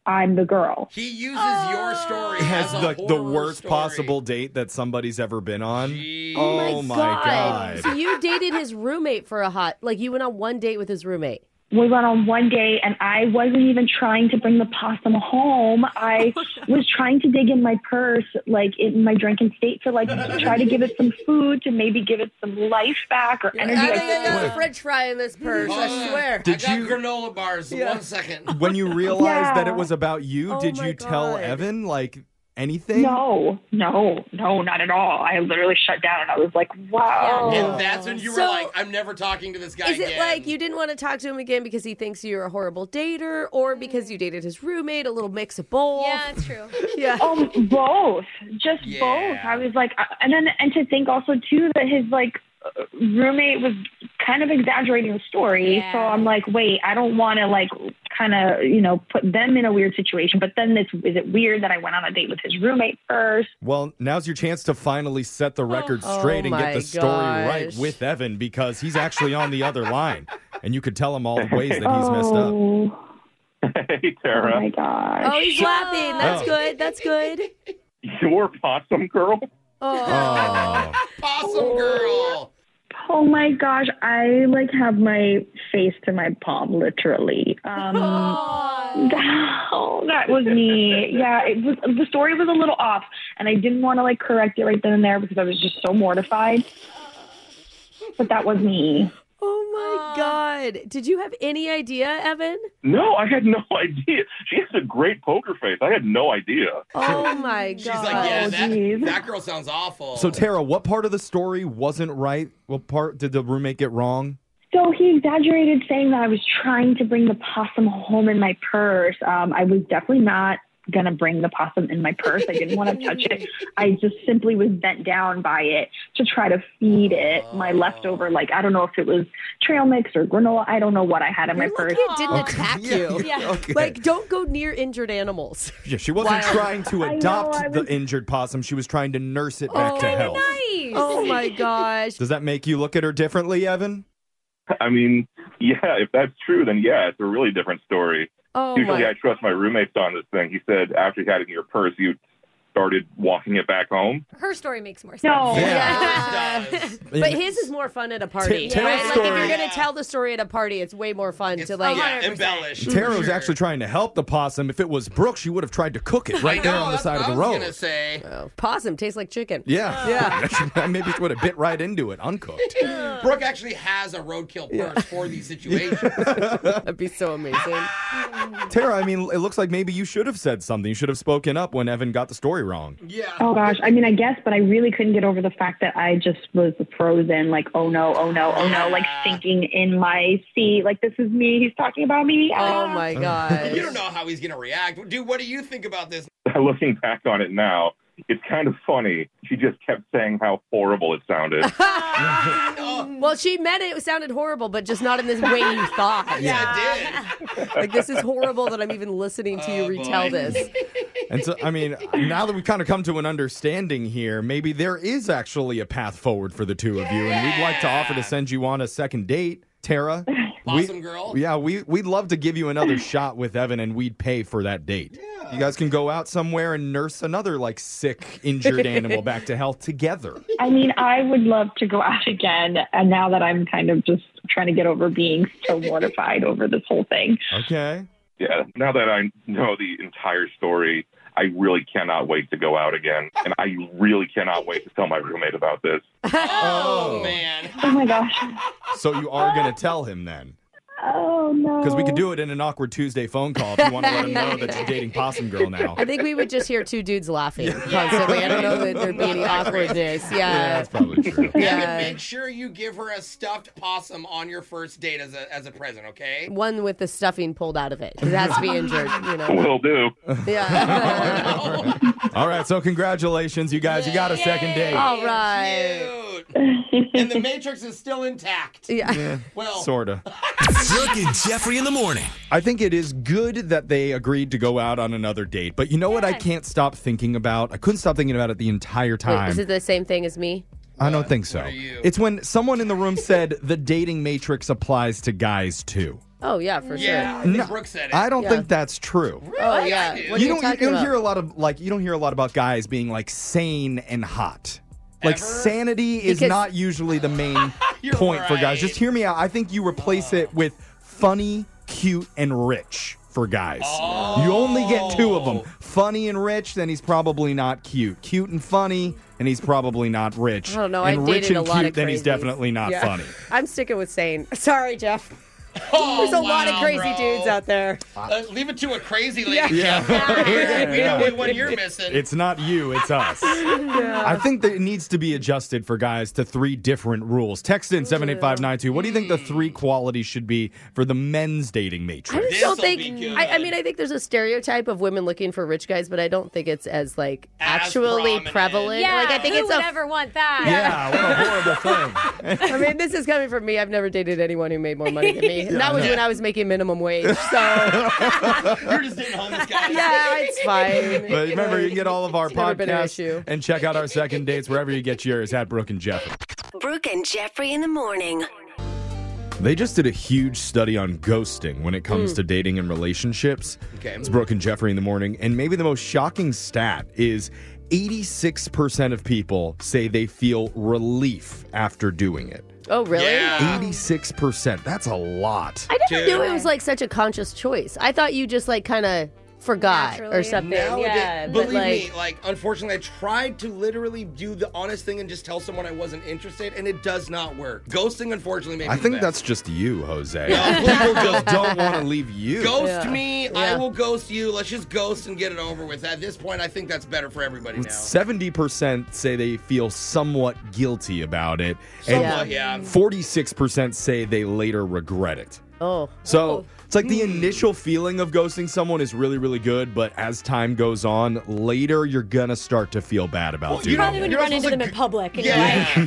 Speaker 17: I'm the girl.
Speaker 3: He uses
Speaker 9: Ah.
Speaker 3: your story
Speaker 4: Has
Speaker 3: as a
Speaker 4: like the
Speaker 3: horror
Speaker 4: worst
Speaker 3: story.
Speaker 4: possible date that somebody's ever been on.
Speaker 9: Oh my
Speaker 4: God. *laughs*
Speaker 9: So you dated his roommate for a hot like you went on one date with his roommate.
Speaker 17: We went on one day, and I wasn't even trying to bring the possum home. I was trying to dig in my purse, like in my drunken state, to like try to give it some food, to maybe give it some life back or energy. I couldn't-
Speaker 9: French fry in this purse,
Speaker 3: Oh,
Speaker 4: Did
Speaker 3: I got
Speaker 4: you-
Speaker 3: granola bars?
Speaker 4: Yeah.
Speaker 3: One second.
Speaker 4: when you realized that
Speaker 3: Yeah.
Speaker 4: it was about you,
Speaker 3: Oh
Speaker 4: did
Speaker 3: my
Speaker 4: you tell
Speaker 3: God.
Speaker 4: Evan like anything?
Speaker 17: No, no, no, not at all. I literally shut down and I was like, wow.
Speaker 3: And that's when you were
Speaker 9: Oh. So-
Speaker 3: like, I'm never talking to this guy
Speaker 9: Is it
Speaker 3: again.
Speaker 9: like you didn't want to talk to him again because he thinks you're a horrible dater or because you dated his roommate? A little mix of both. Yeah,
Speaker 1: that's true.
Speaker 9: *laughs* yeah.
Speaker 17: Um, both, just both. I was like, I- and then and to think also too that his like uh, roommate was kind of exaggerating the story. So I'm like, wait, I don't want to like kind of you know put them in a weird situation. But then it's is it weird that I went on a date with his roommate first?
Speaker 4: Well, now's your chance to finally set the record
Speaker 17: Oh.
Speaker 4: straight and
Speaker 17: Oh
Speaker 4: get the
Speaker 17: my
Speaker 4: story right
Speaker 17: gosh.
Speaker 4: with Evan because he's actually on the other line. And you could tell him all the ways that he's messed up.
Speaker 8: Oh. *laughs* Hey, Tara. Oh my
Speaker 17: gosh.
Speaker 9: Oh, he's laughing. That's
Speaker 4: Oh.
Speaker 9: good. That's good.
Speaker 8: You were possum girl?
Speaker 9: Oh.
Speaker 3: Awesome girl.
Speaker 17: Oh my gosh, I like have my face to my palm, literally. Um, *laughs* that was me. Yeah, it was. The story was a little off, and I didn't want to like correct it right then and there because I was just so mortified. But that was me.
Speaker 9: *laughs* Oh my God. Did you have any idea, Evan?
Speaker 8: No, I had no *laughs* idea. She has a great poker face. I had no idea.
Speaker 9: Oh my God.
Speaker 3: She's like, yeah,
Speaker 17: Oh,
Speaker 3: that, that girl sounds awful.
Speaker 4: Oh, So, Tara, what part of the story wasn't right? What part did the roommate get wrong?
Speaker 17: So he exaggerated saying that I was trying to bring the possum home in my purse. Um, I was definitely not going to bring the possum in my purse. I didn't want to touch
Speaker 9: *laughs*
Speaker 17: it. I just simply was bent down by it to try to feed it my
Speaker 9: Oh.
Speaker 17: leftover, like, I don't know if it was trail mix or granola. I don't know what I had in my purse.
Speaker 9: It didn't attack you.
Speaker 4: Yeah. Okay. *laughs*
Speaker 9: Like, don't go near injured animals. *laughs*
Speaker 4: Yeah, she wasn't
Speaker 9: Wow.
Speaker 4: trying to
Speaker 9: I know,
Speaker 4: adopt
Speaker 9: I
Speaker 4: the injured possum. She was trying to nurse it back to health.
Speaker 9: Oh my
Speaker 4: *laughs*
Speaker 9: gosh.
Speaker 4: Does that make you look at her differently, Evan?
Speaker 8: I mean, yeah, if that's true, then yeah, it's a really different story.
Speaker 9: Oh,
Speaker 8: Usually
Speaker 9: my-
Speaker 8: I trust my roommates on this thing. He said after you had it in your purse, you started walking it back home.
Speaker 1: Her story makes more sense.
Speaker 9: No.
Speaker 4: Yeah.
Speaker 9: Uh, *laughs* But his is more fun at a party.
Speaker 4: Ta- Tara's
Speaker 9: right? Like, if
Speaker 4: story-
Speaker 9: you're going to tell the story at a party, it's way more fun to, like,
Speaker 3: yeah, embellished.
Speaker 4: Tara was actually trying to help the possum. If it was Brooke, she would have tried to cook it right there on the side of the road.
Speaker 3: say.
Speaker 9: Oh, Possum tastes like chicken.
Speaker 4: Yeah. *laughs* Yeah. Maybe she would have bit right into it, uncooked.
Speaker 9: *laughs*
Speaker 3: Brooke actually has a roadkill purse for
Speaker 4: *laughs*
Speaker 3: these situations.
Speaker 9: That'd be so amazing.
Speaker 4: Tara, I mean, it looks like maybe you should have said something. You should have spoken up when Evan got the story wrong.
Speaker 17: Oh gosh, I mean, I guess, but I really couldn't get over the fact that I just was frozen, like, oh no, oh no, oh no, like sinking in my seat, like this is me. He's talking about me.
Speaker 9: Oh
Speaker 3: *laughs*
Speaker 9: my
Speaker 3: You don't know how he's going to react. Dude, what do you think about
Speaker 4: *laughs*
Speaker 3: this?
Speaker 8: *laughs* Looking back on it now, it's kind of funny. She just kept saying how horrible it sounded.
Speaker 9: Well, she meant it. It sounded horrible, but just not in this way you thought.
Speaker 3: Yeah,
Speaker 9: it did. like, this is horrible that I'm even listening to
Speaker 4: Oh,
Speaker 9: you retell
Speaker 4: *laughs*
Speaker 9: this.
Speaker 4: And so, I mean, now that we've kind of come to an understanding here, maybe there is actually a path forward for the two of you. And we'd like to offer to send you on a second date, Tara.
Speaker 3: *laughs* Awesome girl.
Speaker 4: Yeah, we, we'd love to give
Speaker 3: *laughs*
Speaker 4: you another shot with Evan, and we'd pay for that date. You guys can go out somewhere and nurse another, like, sick, injured animal back to health together.
Speaker 17: I mean, I would love to go out again. And now that I'm kind of just trying to get over being so mortified over this whole thing.
Speaker 4: Okay.
Speaker 8: Yeah, now that I know the entire story, I really cannot wait to go out again. And I really cannot wait to tell my roommate about this.
Speaker 3: *laughs* Oh, man.
Speaker 17: Oh my gosh.
Speaker 4: So you are going to tell him then?
Speaker 17: Oh no.
Speaker 4: Because we could do it in an awkward Tuesday phone call if you want to let him know that you're dating Possum Girl now.
Speaker 9: I think we would just hear two dudes laughing constantly. I don't know that there'd be any awkwardness. Yeah.
Speaker 4: that's probably true.
Speaker 9: Yeah.
Speaker 3: Make sure you give her a stuffed possum on your first date as a, as a present, okay?
Speaker 9: One with the stuffing pulled out of it. 'cause It has to be injured, you know.
Speaker 8: Will do.
Speaker 3: *laughs*
Speaker 4: All right, so congratulations, you guys. You got a second date.
Speaker 9: All right.
Speaker 4: *laughs*
Speaker 3: Cute. and the Matrix is still intact.
Speaker 4: Yeah,
Speaker 3: Well,
Speaker 4: sorta.
Speaker 12: Brooke and Jeffrey in the morning.
Speaker 4: I think it is good that they agreed to go out on another date, but you know what I can't stop thinking about? I couldn't stop thinking about it the entire
Speaker 9: Wait,
Speaker 4: time.
Speaker 9: is it the same thing as me?
Speaker 4: I don't think so. It's when someone in
Speaker 9: *laughs*
Speaker 4: the room said the dating matrix applies to guys too.
Speaker 9: Oh, yeah, for
Speaker 3: Yeah, I
Speaker 9: sure.
Speaker 3: think Brooke said it.
Speaker 4: I don't
Speaker 9: Yeah.
Speaker 4: think that's true.
Speaker 9: Oh, yeah. What are
Speaker 4: you don't you,
Speaker 9: talking
Speaker 4: don't
Speaker 9: about?
Speaker 4: hear a lot of like you don't hear a lot about guys being like sane and hot. Like sanity is
Speaker 9: Because-
Speaker 4: not usually the
Speaker 3: *laughs*
Speaker 4: main point for guys. Just hear me out. I think you replace it with funny, cute, and rich for guys. You only get two of them.
Speaker 3: Oh.
Speaker 4: Funny and rich, then he's probably not cute. Cute and funny, and he's probably not rich.
Speaker 9: I don't know.
Speaker 4: And
Speaker 9: I
Speaker 4: rich
Speaker 9: dated
Speaker 4: and
Speaker 9: a lot
Speaker 4: cute,
Speaker 9: of
Speaker 4: then he's
Speaker 9: crazies.
Speaker 3: *laughs*
Speaker 4: definitely not
Speaker 9: Yeah.
Speaker 4: funny.
Speaker 9: I'm sticking with sane. *laughs* Sorry, Jeff.
Speaker 1: There's a lot of
Speaker 3: Oh, wow,
Speaker 1: crazy
Speaker 3: bro.
Speaker 1: dudes out there.
Speaker 3: Uh, leave it to a crazy lady.
Speaker 4: Yeah.
Speaker 3: Jeff. *laughs* we know
Speaker 4: *laughs* Yeah.
Speaker 3: what one
Speaker 4: *laughs*
Speaker 3: you're
Speaker 9: *laughs*
Speaker 3: missing.
Speaker 4: It's not you, it's us. I think that it needs to be adjusted for guys to three different rules. Text in 78592. What do you think the three qualities should be for the men's dating
Speaker 9: I
Speaker 4: matrix?
Speaker 9: just don't think. I, I mean, I think there's a stereotype of women looking for rich guys, but I don't think it's as like actually prevalent.
Speaker 1: Yeah,
Speaker 9: like I think
Speaker 1: who
Speaker 9: it's
Speaker 1: would
Speaker 9: a
Speaker 1: ever want that?
Speaker 9: *laughs* I mean, this is coming from me. I've never dated anyone who made more money than *laughs* me. And that was
Speaker 1: Yeah.
Speaker 9: when I was making minimum wage. So
Speaker 3: *laughs* You're just dating homeless guys.
Speaker 9: *laughs* Yeah, it's fine.
Speaker 4: But remember, you can get all of our
Speaker 9: never been an
Speaker 4: podcasts
Speaker 9: issue.
Speaker 4: and check out our second dates wherever you get yours at Brooke and Jeff.
Speaker 10: Brooke and Jeffrey in the morning.
Speaker 4: They just did a huge study on ghosting when it comes
Speaker 9: Hmm.
Speaker 10: Mm.
Speaker 4: to dating and relationships.
Speaker 3: Okay.
Speaker 4: It's Brooke and Jeffrey in the morning. And maybe the most shocking stat is 86% of people say they feel relief after doing it.
Speaker 9: Oh, really?
Speaker 4: 86%. That's a lot.
Speaker 9: I never knew it was like such a conscious choice. I thought you just like kind of forgot or something.
Speaker 3: Nowadays-
Speaker 9: yeah,
Speaker 3: believe
Speaker 9: but like,
Speaker 3: me, like unfortunately, I tried to literally do the honest thing and just tell someone I wasn't interested, and it does not work. Ghosting, unfortunately, makes
Speaker 4: I
Speaker 3: me
Speaker 4: think
Speaker 3: mad.
Speaker 4: that's just you, Jose.
Speaker 3: No, *laughs*
Speaker 4: people just don't want to leave you.
Speaker 3: Ghost me, I will ghost you. Let's just ghost and get it over with. At this point, I think that's better for everybody now.
Speaker 4: 70% say they feel somewhat guilty about it.
Speaker 3: Somewhat, yeah.
Speaker 4: 46% say they later regret it.
Speaker 9: Oh. Hmm.
Speaker 4: So it's like the initial feeling of ghosting someone is really, really good, but as time goes on, later you're going to start to feel bad about
Speaker 1: You
Speaker 4: doing
Speaker 1: probably
Speaker 4: it.
Speaker 1: would run into them in public. And you're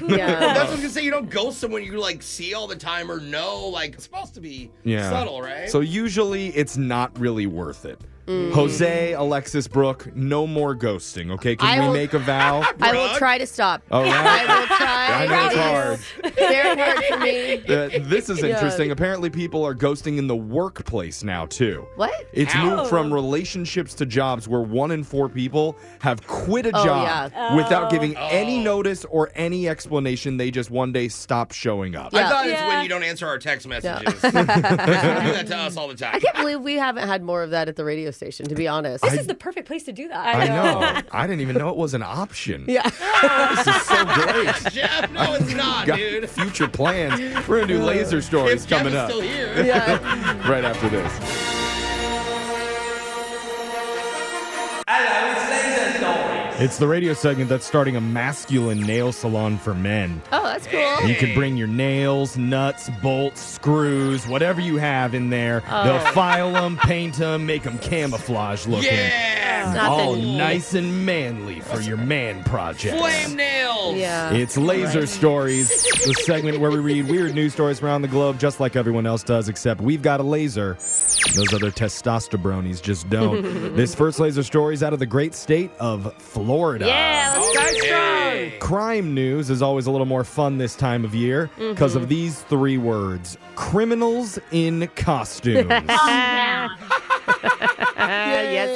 Speaker 1: like,
Speaker 3: That's what I was gonna say. You don't ghost someone you like see all the time or know. Like it's supposed to be
Speaker 4: Yeah.
Speaker 3: subtle, right?
Speaker 4: So usually it's not really worth it.
Speaker 9: Mm.
Speaker 4: Jose, Alexis, Brooke, no more ghosting, okay? Can
Speaker 9: I
Speaker 4: we
Speaker 9: will-
Speaker 4: make a vow?
Speaker 9: *laughs* I will try to stop.
Speaker 4: All
Speaker 9: *laughs*
Speaker 4: right.
Speaker 9: I will try.
Speaker 4: I know it's hard.
Speaker 9: Very hard for me.
Speaker 4: Uh, this is
Speaker 9: *laughs* Yeah.
Speaker 4: interesting. Apparently, people are ghosting in the workplace now, too.
Speaker 9: What?
Speaker 4: It's
Speaker 9: How?
Speaker 4: moved from relationships to jobs where one in four people have quit a
Speaker 9: Oh,
Speaker 4: job
Speaker 9: yeah.
Speaker 4: without
Speaker 9: Oh.
Speaker 4: giving any notice or any explanation. They just one day stop showing up.
Speaker 3: I thought it's when you don't answer our text
Speaker 1: *laughs*
Speaker 3: messages. do that to us all the time.
Speaker 9: I can't believe we haven't had more of that at the radio station, to be honest.
Speaker 4: This I- is
Speaker 9: the perfect place to do that.
Speaker 4: I know. I didn't even know it was an option.
Speaker 9: *laughs* Yeah.
Speaker 4: This is so
Speaker 3: *laughs*
Speaker 4: great.
Speaker 3: Jeff, no, it's not,
Speaker 4: Got
Speaker 3: dude. Uh,
Speaker 4: Future plans. We're gonna do laser stories
Speaker 3: If Jeff
Speaker 4: coming
Speaker 3: is
Speaker 4: up.
Speaker 3: still
Speaker 4: *laughs*
Speaker 3: here.
Speaker 4: right after this. It's the radio segment that's starting a masculine nail salon for men.
Speaker 9: Oh, that's cool.
Speaker 4: You can bring your nails, nuts, bolts, screws, whatever you have in there.
Speaker 9: Oh.
Speaker 4: They'll file them, paint them, make them camouflage looking.
Speaker 3: Yeah.
Speaker 4: And All nice and manly for your man project.
Speaker 3: Flame nails.
Speaker 9: Yeah.
Speaker 4: It's Laser Stories, the segment where we read weird news stories from around the globe, just like everyone else does, except we've got a laser. Those other testosteronies
Speaker 1: *laughs*
Speaker 4: just don't. this first laser story is out of the great state of Florida.
Speaker 1: yeah, let's start strong.
Speaker 4: Crime news is always a little more fun this time of year because
Speaker 1: Mhm.
Speaker 4: of these three words criminals in
Speaker 9: *laughs*
Speaker 1: *laughs*
Speaker 4: costume.
Speaker 9: yes,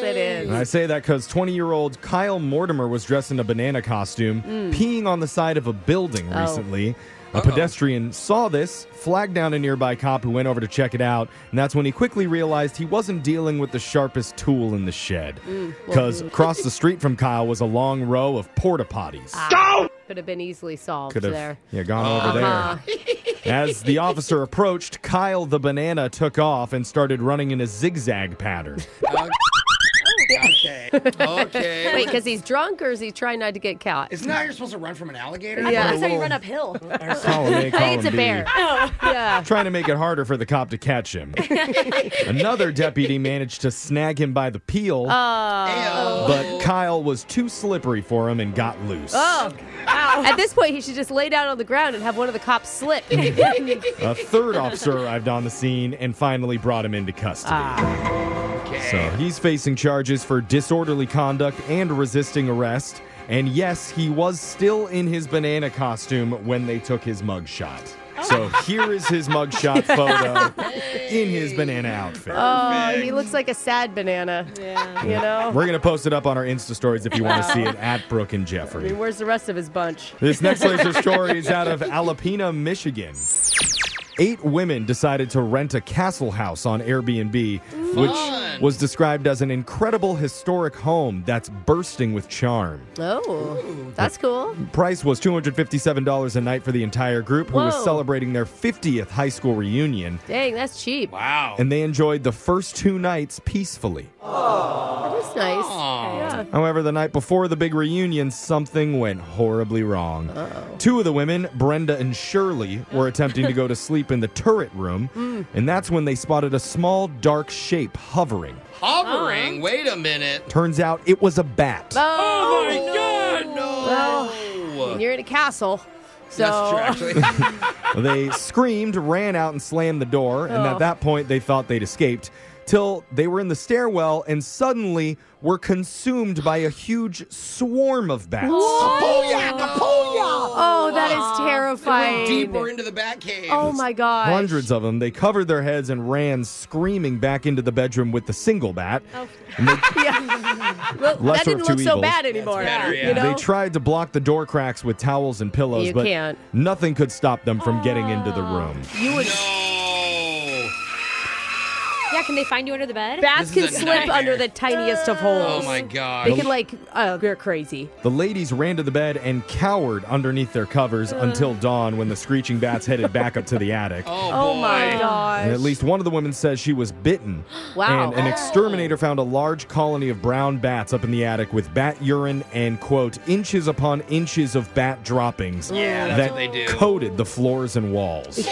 Speaker 9: it is.
Speaker 4: And I say that because 20 year old Kyle Mortimer was dressed in a banana costume,
Speaker 9: Mm.
Speaker 4: peeing on the side of a building
Speaker 9: Oh.
Speaker 4: recently. A pedestrian saw this, flagged down a nearby cop who went over to check it out, and that's when he quickly realized he wasn't dealing with the sharpest tool in the shed.
Speaker 9: Mm, well,
Speaker 4: Because across the street from Kyle was a long row of porta potties.
Speaker 9: Could have been easily solved
Speaker 4: Could have
Speaker 9: Ah, there.
Speaker 4: yeah, gone over
Speaker 9: Uh-huh.
Speaker 4: there. As the officer approached, Kyle the banana took off and started running in a
Speaker 9: *laughs*
Speaker 4: zigzag pattern.
Speaker 3: Okay.
Speaker 9: *laughs*
Speaker 3: Okay.
Speaker 9: Wait, because he's drunk or is he trying not to get caught?
Speaker 3: Isn't that how you're supposed to run from an alligator?
Speaker 9: Yeah.
Speaker 1: That's how you run
Speaker 9: *laughs*
Speaker 1: uphill.
Speaker 4: Column A,
Speaker 9: I think it's
Speaker 4: column
Speaker 9: a
Speaker 4: B.
Speaker 9: bear.
Speaker 1: Oh.
Speaker 9: Yeah.
Speaker 4: Trying to make it harder for the cop to catch him. Another deputy managed to snag him by the peel,
Speaker 9: Oh.
Speaker 4: but Kyle was too slippery for him and got loose.
Speaker 9: Oh. At this point, he should just lay down on the ground and have one of the cops
Speaker 4: *laughs*
Speaker 9: slip.
Speaker 4: A third officer arrived on the scene and finally brought him into custody.
Speaker 9: Ah.
Speaker 4: So he's facing charges for disorderly conduct and resisting arrest. And yes, he was still in his banana costume when they took his mugshot. So here is his mugshot photo in his banana outfit.
Speaker 9: Oh, he looks like a sad banana. Yeah. *laughs* You know?
Speaker 4: We're going to post it up on our Insta stories if you want to see it at Brooke and
Speaker 9: I
Speaker 4: Jeffrey.
Speaker 9: mean, where's the rest of his bunch?
Speaker 4: This next laser story is out of Alapena, Michigan. Eight women decided to rent a castle house on Airbnb, which was described as an incredible historic home that's bursting with charm.
Speaker 9: *laughs* Oh, that's cool.
Speaker 4: Price was $257 a night for the entire group, who was
Speaker 9: Whoa.
Speaker 4: celebrating their 50th high school reunion,
Speaker 9: Dang, that's cheap.
Speaker 3: Wow.
Speaker 4: and they enjoyed the first two nights peacefully.
Speaker 9: That is nice. Yeah.
Speaker 4: However, the night before the big reunion, something went horribly wrong. Two of the women, Brenda and Shirley, were attempting to go to sleep in the turret room,
Speaker 3: Mm.
Speaker 4: and that's when they spotted a small dark shape hovering.
Speaker 3: Hovering. Wait a minute.
Speaker 4: Turns out it was a bat. *laughs*
Speaker 9: Oh,
Speaker 3: my God, no.
Speaker 9: Well, and Oh, you're in a castle. So *laughs*
Speaker 3: That's true, actually.
Speaker 4: they screamed, ran out, and slammed the door, and
Speaker 9: Oh.
Speaker 4: at that point, they thought they'd escaped. Till they were in the stairwell and suddenly were consumed by a huge swarm of bats.
Speaker 9: Oh, that is terrifying.
Speaker 3: deeper into the bat cave.
Speaker 9: Oh my god.
Speaker 4: Hundreds of them. They covered their heads and ran screaming back into the bedroom with the single bat.
Speaker 9: Oh. *laughs*
Speaker 4: And they,
Speaker 9: *laughs* yeah. Well, that
Speaker 4: Lesser
Speaker 9: didn't
Speaker 4: of two
Speaker 9: look so
Speaker 4: evils.
Speaker 9: bad anymore. You
Speaker 4: they
Speaker 9: know?
Speaker 4: tried to block the door cracks with towels and pillows,
Speaker 9: You
Speaker 4: but
Speaker 9: can't.
Speaker 4: nothing could stop them from getting into the room.
Speaker 9: you would.
Speaker 1: Yeah, can they find you under the bed?
Speaker 9: Bats can slip under the tiniest of holes.
Speaker 4: Oh my God.
Speaker 9: They can like uh, they're crazy.
Speaker 4: The ladies ran to the bed and cowered underneath their covers until dawn when the screeching bats headed back up to the attic.
Speaker 9: Oh, my gosh.
Speaker 4: And at least one of the women says she was bitten.
Speaker 9: *gasps* Wow. Oh.
Speaker 4: And an exterminator found a large colony of brown bats up in the attic with bat urine and, quote, inches upon inches of bat droppings
Speaker 9: Yeah, that's
Speaker 4: that
Speaker 9: what they do.
Speaker 4: coated the floors
Speaker 9: *laughs*
Speaker 4: and walls.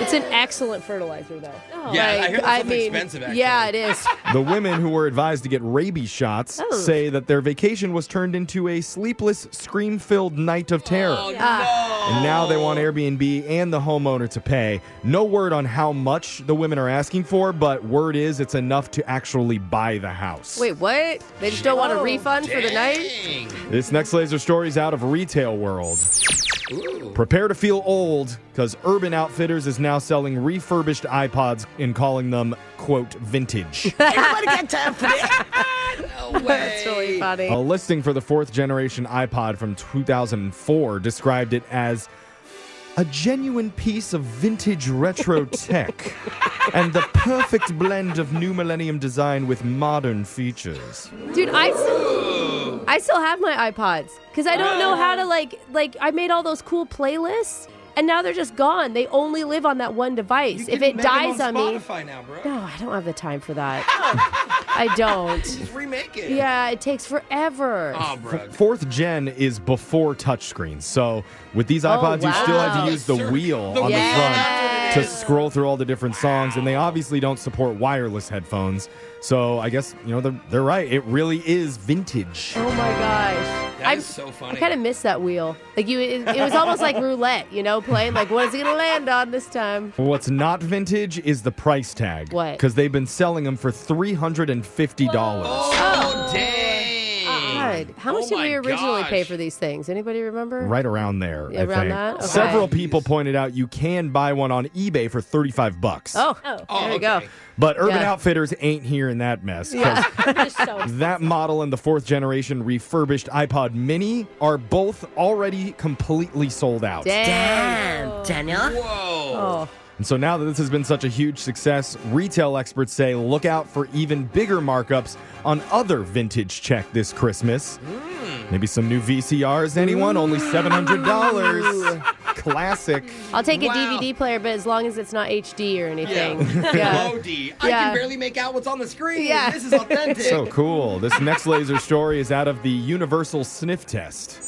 Speaker 9: It's an excellent fertilizer though.
Speaker 4: Yeah, I hear that's something
Speaker 9: mean,
Speaker 4: expensive, actually.
Speaker 9: Yeah, it is.
Speaker 4: the women who were advised to get rabies shots
Speaker 9: Oh.
Speaker 4: say that their vacation was turned into a sleepless, scream filled night of terror.
Speaker 9: Oh,
Speaker 4: And now they want Airbnb and the homeowner to pay. No word on how much the women are asking for, but word is it's enough to actually buy the house.
Speaker 9: Wait, what? They just don't want a refund for the night?
Speaker 4: This next laser story is out of retail world. Prepare to feel old because Urban Outfitters is now selling refurbished iPods and calling them, quote,
Speaker 9: *laughs*
Speaker 4: vintage.
Speaker 9: Everybody got time for *laughs* That's really funny.
Speaker 4: A listing for the fourth generation iPod from 2004 described it as a genuine piece of vintage retro tech and the perfect blend of new millennium design with modern features.
Speaker 9: Dude, I still, I still have my iPods because I don't know how to like like I made all those cool playlists and now they're just gone. They only live on that one device. If it dies on, me,
Speaker 3: Spotify now, bro.
Speaker 9: no, I don't have the time for that. I don't.
Speaker 3: Just remake it.
Speaker 9: Yeah, it takes forever.
Speaker 3: Oh, bro.
Speaker 4: F- Fourth gen is before touchscreens, so with these
Speaker 9: Oh,
Speaker 4: iPods, you still have
Speaker 9: wow.
Speaker 4: to use the
Speaker 9: Sir,
Speaker 4: wheel
Speaker 9: the
Speaker 4: on
Speaker 9: wheel.
Speaker 4: the front to scroll through all the different songs, and they obviously don't support wireless headphones. So I guess you know they're they're right. It really is vintage.
Speaker 9: Oh my gosh.
Speaker 3: That is so funny.
Speaker 9: I kind of miss that wheel. Like you, it, it was almost like roulette, you know, playing like what is it gonna land on this time?
Speaker 4: What's not vintage is the price tag.
Speaker 9: What?
Speaker 4: Because they've been selling them for three hundred and fifty dollars.
Speaker 9: Oh, dang! God, how much did we originally pay for these things? Anybody remember?
Speaker 4: Right around there,
Speaker 9: Yeah,
Speaker 4: I
Speaker 9: around
Speaker 4: think.
Speaker 9: that? Okay.
Speaker 4: Several people pointed out you can buy one on eBay for thirty-five bucks.
Speaker 9: Oh, there you go. *laughs*
Speaker 4: But Urban
Speaker 9: Yeah.
Speaker 4: Outfitters ain't here in that mess. 'cause
Speaker 9: *laughs*
Speaker 4: that model and the fourth generation refurbished iPod Mini are both already completely sold out.
Speaker 9: Damn, Daniel.
Speaker 1: Oh.
Speaker 3: Whoa.
Speaker 4: And so now that this has been such a huge success, retail experts say look out for even bigger markups on other vintage check this Christmas. Maybe some new VCRs, anyone? Only $700. Classic.
Speaker 9: I'll take a DVD player, but as long as it's not HD or anything. Yeah.
Speaker 3: OD. I
Speaker 9: Yeah.
Speaker 3: can barely make out what's on the screen.
Speaker 9: Yeah.
Speaker 3: This is authentic.
Speaker 4: So cool. This next laser story is out of the Universal Sniff Test.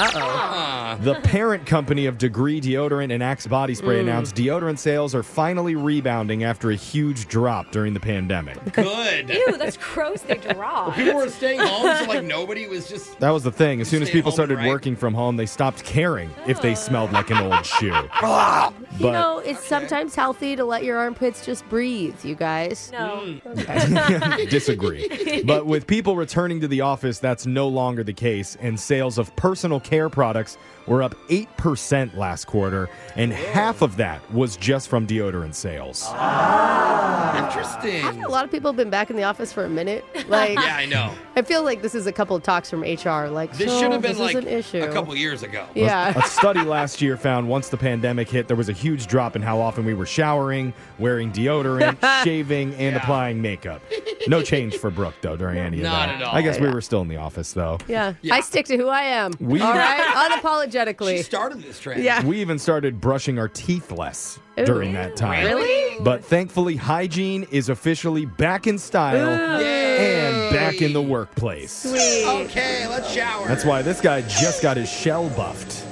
Speaker 3: Uh-oh.
Speaker 4: The parent company of Degree Deodorant and Axe Body Spray
Speaker 3: Mm.
Speaker 4: announced deodorant sales are finally rebounding after a huge drop during the pandemic.
Speaker 3: Good.
Speaker 1: Ew, that's gross. They draw.
Speaker 3: People were staying home, so like nobody was just.
Speaker 4: That was the thing. As soon as people started working from home, they stopped caring if they smelled like an old shoe. but
Speaker 9: you know, it's sometimes healthy to let your armpits just breathe, you guys. No.
Speaker 4: *laughs*
Speaker 9: *laughs*
Speaker 4: disagree. But with people returning to the office, that's no longer the case, and sales of personal personal care products were up 8% last quarter, and half of that was just from deodorant sales.
Speaker 3: Interesting.
Speaker 2: A lot of people have been back in the office for a
Speaker 3: *laughs*
Speaker 2: minute. Like,
Speaker 3: yeah, I know.
Speaker 2: I feel like this is a couple of talks from HR. Like,
Speaker 3: This
Speaker 2: so
Speaker 3: should have been
Speaker 2: this
Speaker 3: like
Speaker 2: is an issue.
Speaker 3: a couple years ago.
Speaker 4: A-
Speaker 2: Yeah.
Speaker 4: a study last year found once the pandemic hit, there was a huge drop in how often we were showering, wearing
Speaker 2: *laughs*
Speaker 4: deodorant, shaving, and applying makeup. No change for Brooke, though, during any of
Speaker 2: Not
Speaker 4: that.
Speaker 2: at all.
Speaker 4: I guess we
Speaker 2: Yeah.
Speaker 4: were still in the office, though.
Speaker 2: Yeah. I stick to who I am.
Speaker 4: We-
Speaker 2: All
Speaker 3: *laughs*
Speaker 2: right. Unapologetically. She
Speaker 3: started this trend.
Speaker 2: Yeah.
Speaker 4: We even started brushing our teeth less
Speaker 2: Ooh.
Speaker 4: during that time.
Speaker 2: Really?
Speaker 4: But thankfully, hygiene is officially back in style
Speaker 3: Ooh.
Speaker 4: and back in the workplace.
Speaker 3: Okay, let's shower.
Speaker 4: That's why this guy just got his shell buffed.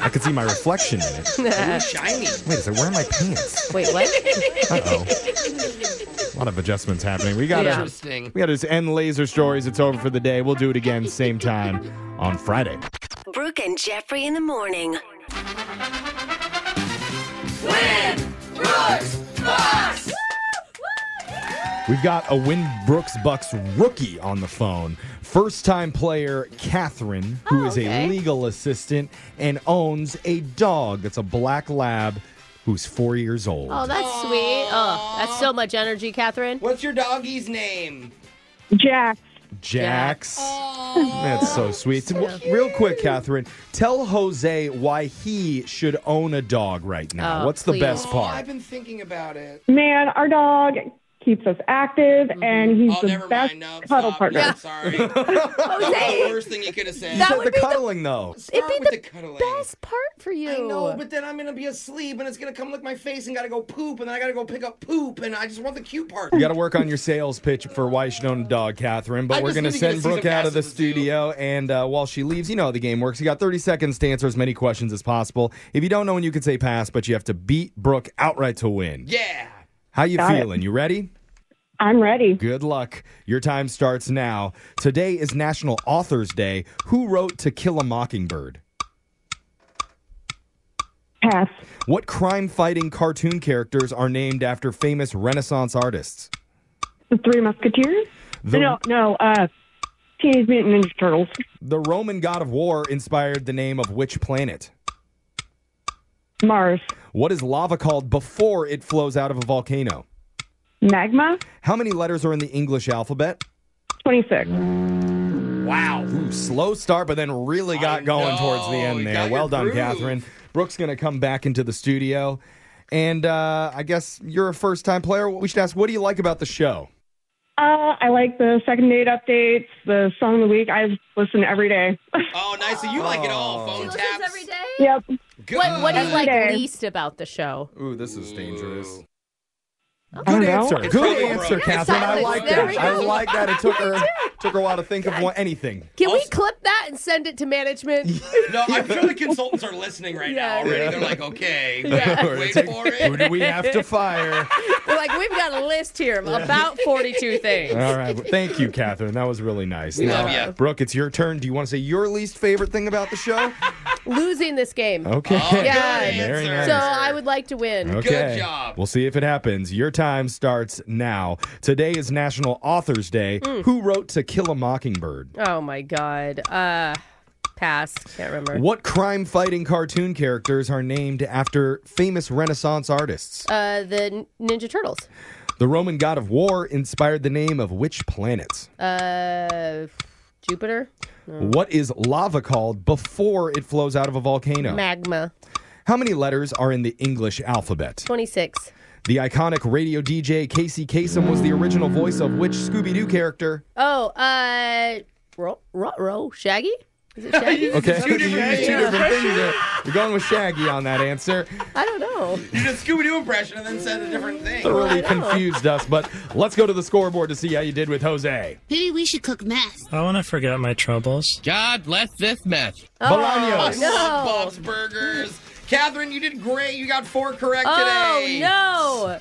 Speaker 4: I could see my reflection in
Speaker 2: *laughs*
Speaker 4: it. *laughs*
Speaker 3: Ooh, shiny.
Speaker 4: Wait a second, where are my pants?
Speaker 2: Wait, what?
Speaker 4: Uh-oh. A lot of adjustments happening. We got
Speaker 3: Interesting.
Speaker 4: We got to just end laser stories. It's over for the day. We'll do it again same time on Friday.
Speaker 10: Brooke and Jeffrey in the morning.
Speaker 4: We've got a Win Brooks Bucks rookie on the phone. First time player Catherine, who
Speaker 2: Oh,
Speaker 4: is a legal assistant and owns a dog that's a black lab who's four years old.
Speaker 9: Oh, that's sweet. Oh, that's so much energy, Catherine.
Speaker 3: What's your doggie's name?
Speaker 17: Jack.
Speaker 4: Jax. *laughs* That's so sweet. W- Real quick, Catherine, tell Jose why he should own a dog right now. What's the best
Speaker 3: Oh, *laughs*
Speaker 4: part?
Speaker 3: I've been thinking about it.
Speaker 17: Man, our dog keeps us active, and he's
Speaker 3: Oh,
Speaker 17: the
Speaker 3: never
Speaker 17: best
Speaker 3: mind. No,
Speaker 17: cuddle
Speaker 3: stop.
Speaker 17: partner.
Speaker 3: No,
Speaker 4: *laughs*
Speaker 3: sorry. That's the worst thing you could have said.
Speaker 4: You said the cuddling, though.
Speaker 3: Start with the, cuddling.
Speaker 9: Best part for you.
Speaker 3: I know, but then I'm gonna be asleep and it's gonna come lick my face and gotta go poop and then I gotta go pick up poop and I just want the cute part.
Speaker 4: You got to work on your sales pitch for why you should own a dog, Catherine. But
Speaker 3: I
Speaker 4: we're
Speaker 3: just
Speaker 4: going to
Speaker 3: need to get
Speaker 4: send
Speaker 3: a season
Speaker 4: Brooke out
Speaker 3: pass
Speaker 4: of the studio. And uh, while she leaves, you know how the game works. You got 30 seconds to answer as many questions as possible. If you don't know when you can say pass, but you have to beat Brooke outright to win.
Speaker 3: *laughs* Yeah.
Speaker 4: How you
Speaker 17: Got it.
Speaker 4: feeling? You ready?
Speaker 17: I'm ready.
Speaker 4: Good luck. Your time starts now. Today is National Authors Day. Who wrote To Kill a Mockingbird?
Speaker 17: Pass.
Speaker 4: What crime fighting cartoon characters are named after famous Renaissance artists?
Speaker 17: The Three Musketeers?
Speaker 4: The-
Speaker 17: no, no, uh, Teenage Mutant Ninja Turtles.
Speaker 4: The Roman god of war inspired the name of which planet?
Speaker 17: Mars.
Speaker 4: What is lava called before it flows out of a volcano?
Speaker 17: Magma?
Speaker 4: How many letters are in the English alphabet?
Speaker 17: 26.
Speaker 3: Wow.
Speaker 4: Ooh, slow start, but then really got going towards the end there.
Speaker 12: got
Speaker 4: Well
Speaker 12: your
Speaker 4: done,
Speaker 12: groove.
Speaker 4: Catherine. Brooke's going to come back into the studio. And uh, I guess you're a first time player. We should ask, what do you like about the show?
Speaker 17: Uh, I like the second date updates, the song of the week. I listen every day.
Speaker 3: Oh, nice. So you like it all. Phone taps.
Speaker 9: every day.
Speaker 17: yep.
Speaker 9: What, what do you
Speaker 17: Every
Speaker 9: like
Speaker 17: day.
Speaker 9: least about the show?
Speaker 4: Ooh, this is dangerous.
Speaker 17: I don't
Speaker 4: Good
Speaker 17: know.
Speaker 4: answer.
Speaker 17: It's
Speaker 4: Good
Speaker 17: probably
Speaker 4: answer,
Speaker 17: broke.
Speaker 4: Catherine. I
Speaker 9: Silence.
Speaker 4: like
Speaker 9: There
Speaker 4: that.
Speaker 9: we
Speaker 4: I
Speaker 9: go.
Speaker 4: like
Speaker 9: *laughs*
Speaker 4: that. It took her took her a while to think of one, anything.
Speaker 9: Can we clip that and send it to
Speaker 4: *laughs*
Speaker 9: management?
Speaker 3: No, I'm sure the consultants are listening right now already.
Speaker 4: Yeah.
Speaker 3: They're
Speaker 9: *laughs*
Speaker 3: like, okay,
Speaker 9: Yeah.
Speaker 4: We're gonna
Speaker 3: wait
Speaker 4: take-
Speaker 3: for it.
Speaker 4: Who do we have to fire?
Speaker 9: We're like, we've got a list here of about
Speaker 4: *laughs*
Speaker 9: 42 things.
Speaker 4: All right. Well, thank you, Catherine. That was really nice.
Speaker 9: We
Speaker 4: Now,
Speaker 9: love ya.
Speaker 4: Brooke, it's your turn. Do you want to say your least favorite thing about
Speaker 9: *laughs*
Speaker 4: the show?
Speaker 9: Losing this game.
Speaker 4: Okay. Oh,
Speaker 9: yeah.
Speaker 4: good Very answer. nice.
Speaker 9: So I would like to win.
Speaker 4: Okay. We'll see if it happens. Your time starts now. Today is National Authors Day.
Speaker 9: Mm.
Speaker 4: Who wrote To Kill a Mockingbird?
Speaker 9: Oh my god. Uh pass. Can't remember.
Speaker 4: What crime fighting cartoon characters are named after famous Renaissance artists?
Speaker 9: Uh the N- Ninja Turtles.
Speaker 4: The Roman god of war inspired the name of which planet?
Speaker 9: Uh Jupiter. No.
Speaker 4: What is lava called before it flows out of a volcano?
Speaker 9: Magma.
Speaker 4: How many letters are in the English alphabet?
Speaker 9: 26.
Speaker 4: The iconic radio DJ Casey Kasem was the original voice of which Scooby Doo character?
Speaker 9: Oh, uh Ro, ro, ro Shaggy? Is it Shaggy?
Speaker 4: Okay,
Speaker 9: Two
Speaker 4: You
Speaker 9: different
Speaker 4: used two
Speaker 9: things.
Speaker 4: different things there. You're going with Shaggy on that answer.
Speaker 9: I don't know.
Speaker 3: You did a Scooby Doo impression and then said a different thing.
Speaker 4: Thoroughly confused us, but let's go to the scoreboard to see how you did with Jose.
Speaker 18: Maybe we should cook meth.
Speaker 19: Oh, and I forgot my troubles. God bless this meth.
Speaker 9: Oh,
Speaker 3: I love Bob's Burgers. Catherine, you did great. You got four correct
Speaker 9: Oh,
Speaker 3: today.
Speaker 9: no.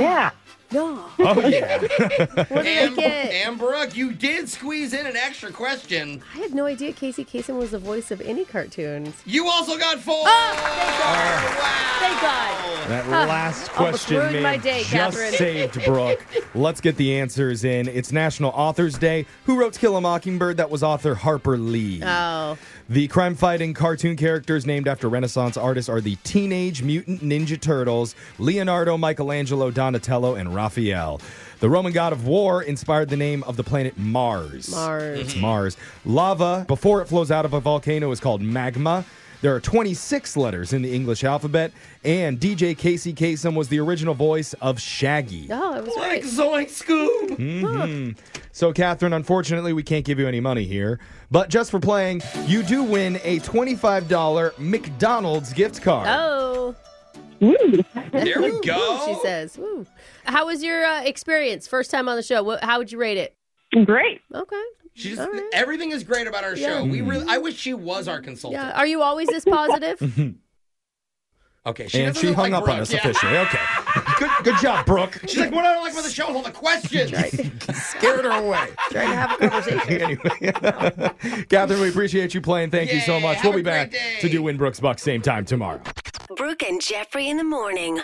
Speaker 17: Yeah.
Speaker 9: No.
Speaker 4: Oh, yeah.
Speaker 9: What did I get?
Speaker 3: And Brooke, you did squeeze in an extra question.
Speaker 9: I had no idea Casey Kasem was the voice of any cartoons. Oh,
Speaker 3: You also got four.
Speaker 9: Thank God.
Speaker 4: That
Speaker 9: Ah,
Speaker 4: last
Speaker 9: almost
Speaker 4: question
Speaker 9: ruined
Speaker 4: man,
Speaker 9: my day,
Speaker 4: just
Speaker 9: Catherine.
Speaker 4: saved Brooke. Let's get the answers in. It's National Authors Day. Who wrote To Kill a Mockingbird? That was author Harper Lee.
Speaker 9: Oh.
Speaker 4: The crime fighting cartoon characters named after Renaissance artists are the Teenage Mutant Ninja Turtles, Leonardo, Michelangelo, Donatello, and Raphael. The Roman god of war inspired the name of the planet Mars.
Speaker 9: Mars.
Speaker 4: It's Mars. Lava, before it flows out of a volcano, is called magma. There are 26 letters in the English alphabet, and DJ Casey Kasem was the original voice of Shaggy.
Speaker 9: Oh, it was
Speaker 3: right. Zoink Scoob.
Speaker 4: Mhm. So, Catherine, unfortunately, we can't give you any money here. But just for playing, you do win a $25 McDonald's gift card.
Speaker 9: Oh.
Speaker 4: There
Speaker 9: *laughs*
Speaker 4: we go.
Speaker 9: She says, Woo. How was your uh, experience? First time on the show. What, how would you rate it?
Speaker 3: Great.
Speaker 9: Okay.
Speaker 3: She just, Everything is great about our
Speaker 9: Yeah.
Speaker 3: show. We
Speaker 4: Mm.
Speaker 3: really, I wish she was our consultant.
Speaker 9: Yeah. Are you always this positive?
Speaker 3: Okay,
Speaker 4: she and she hung up on us officially. Okay, *laughs* good, good job, Brooke.
Speaker 3: She's like, what I don't like about the show is all the questions. *laughs* Scared her away.
Speaker 9: Trying to have a conversation.
Speaker 4: anyway, *laughs* Catherine, we appreciate you playing. Thank you so much. We'll be back to do Win Brooks Bucks same time tomorrow.
Speaker 10: Brooke and Jeffrey in the morning.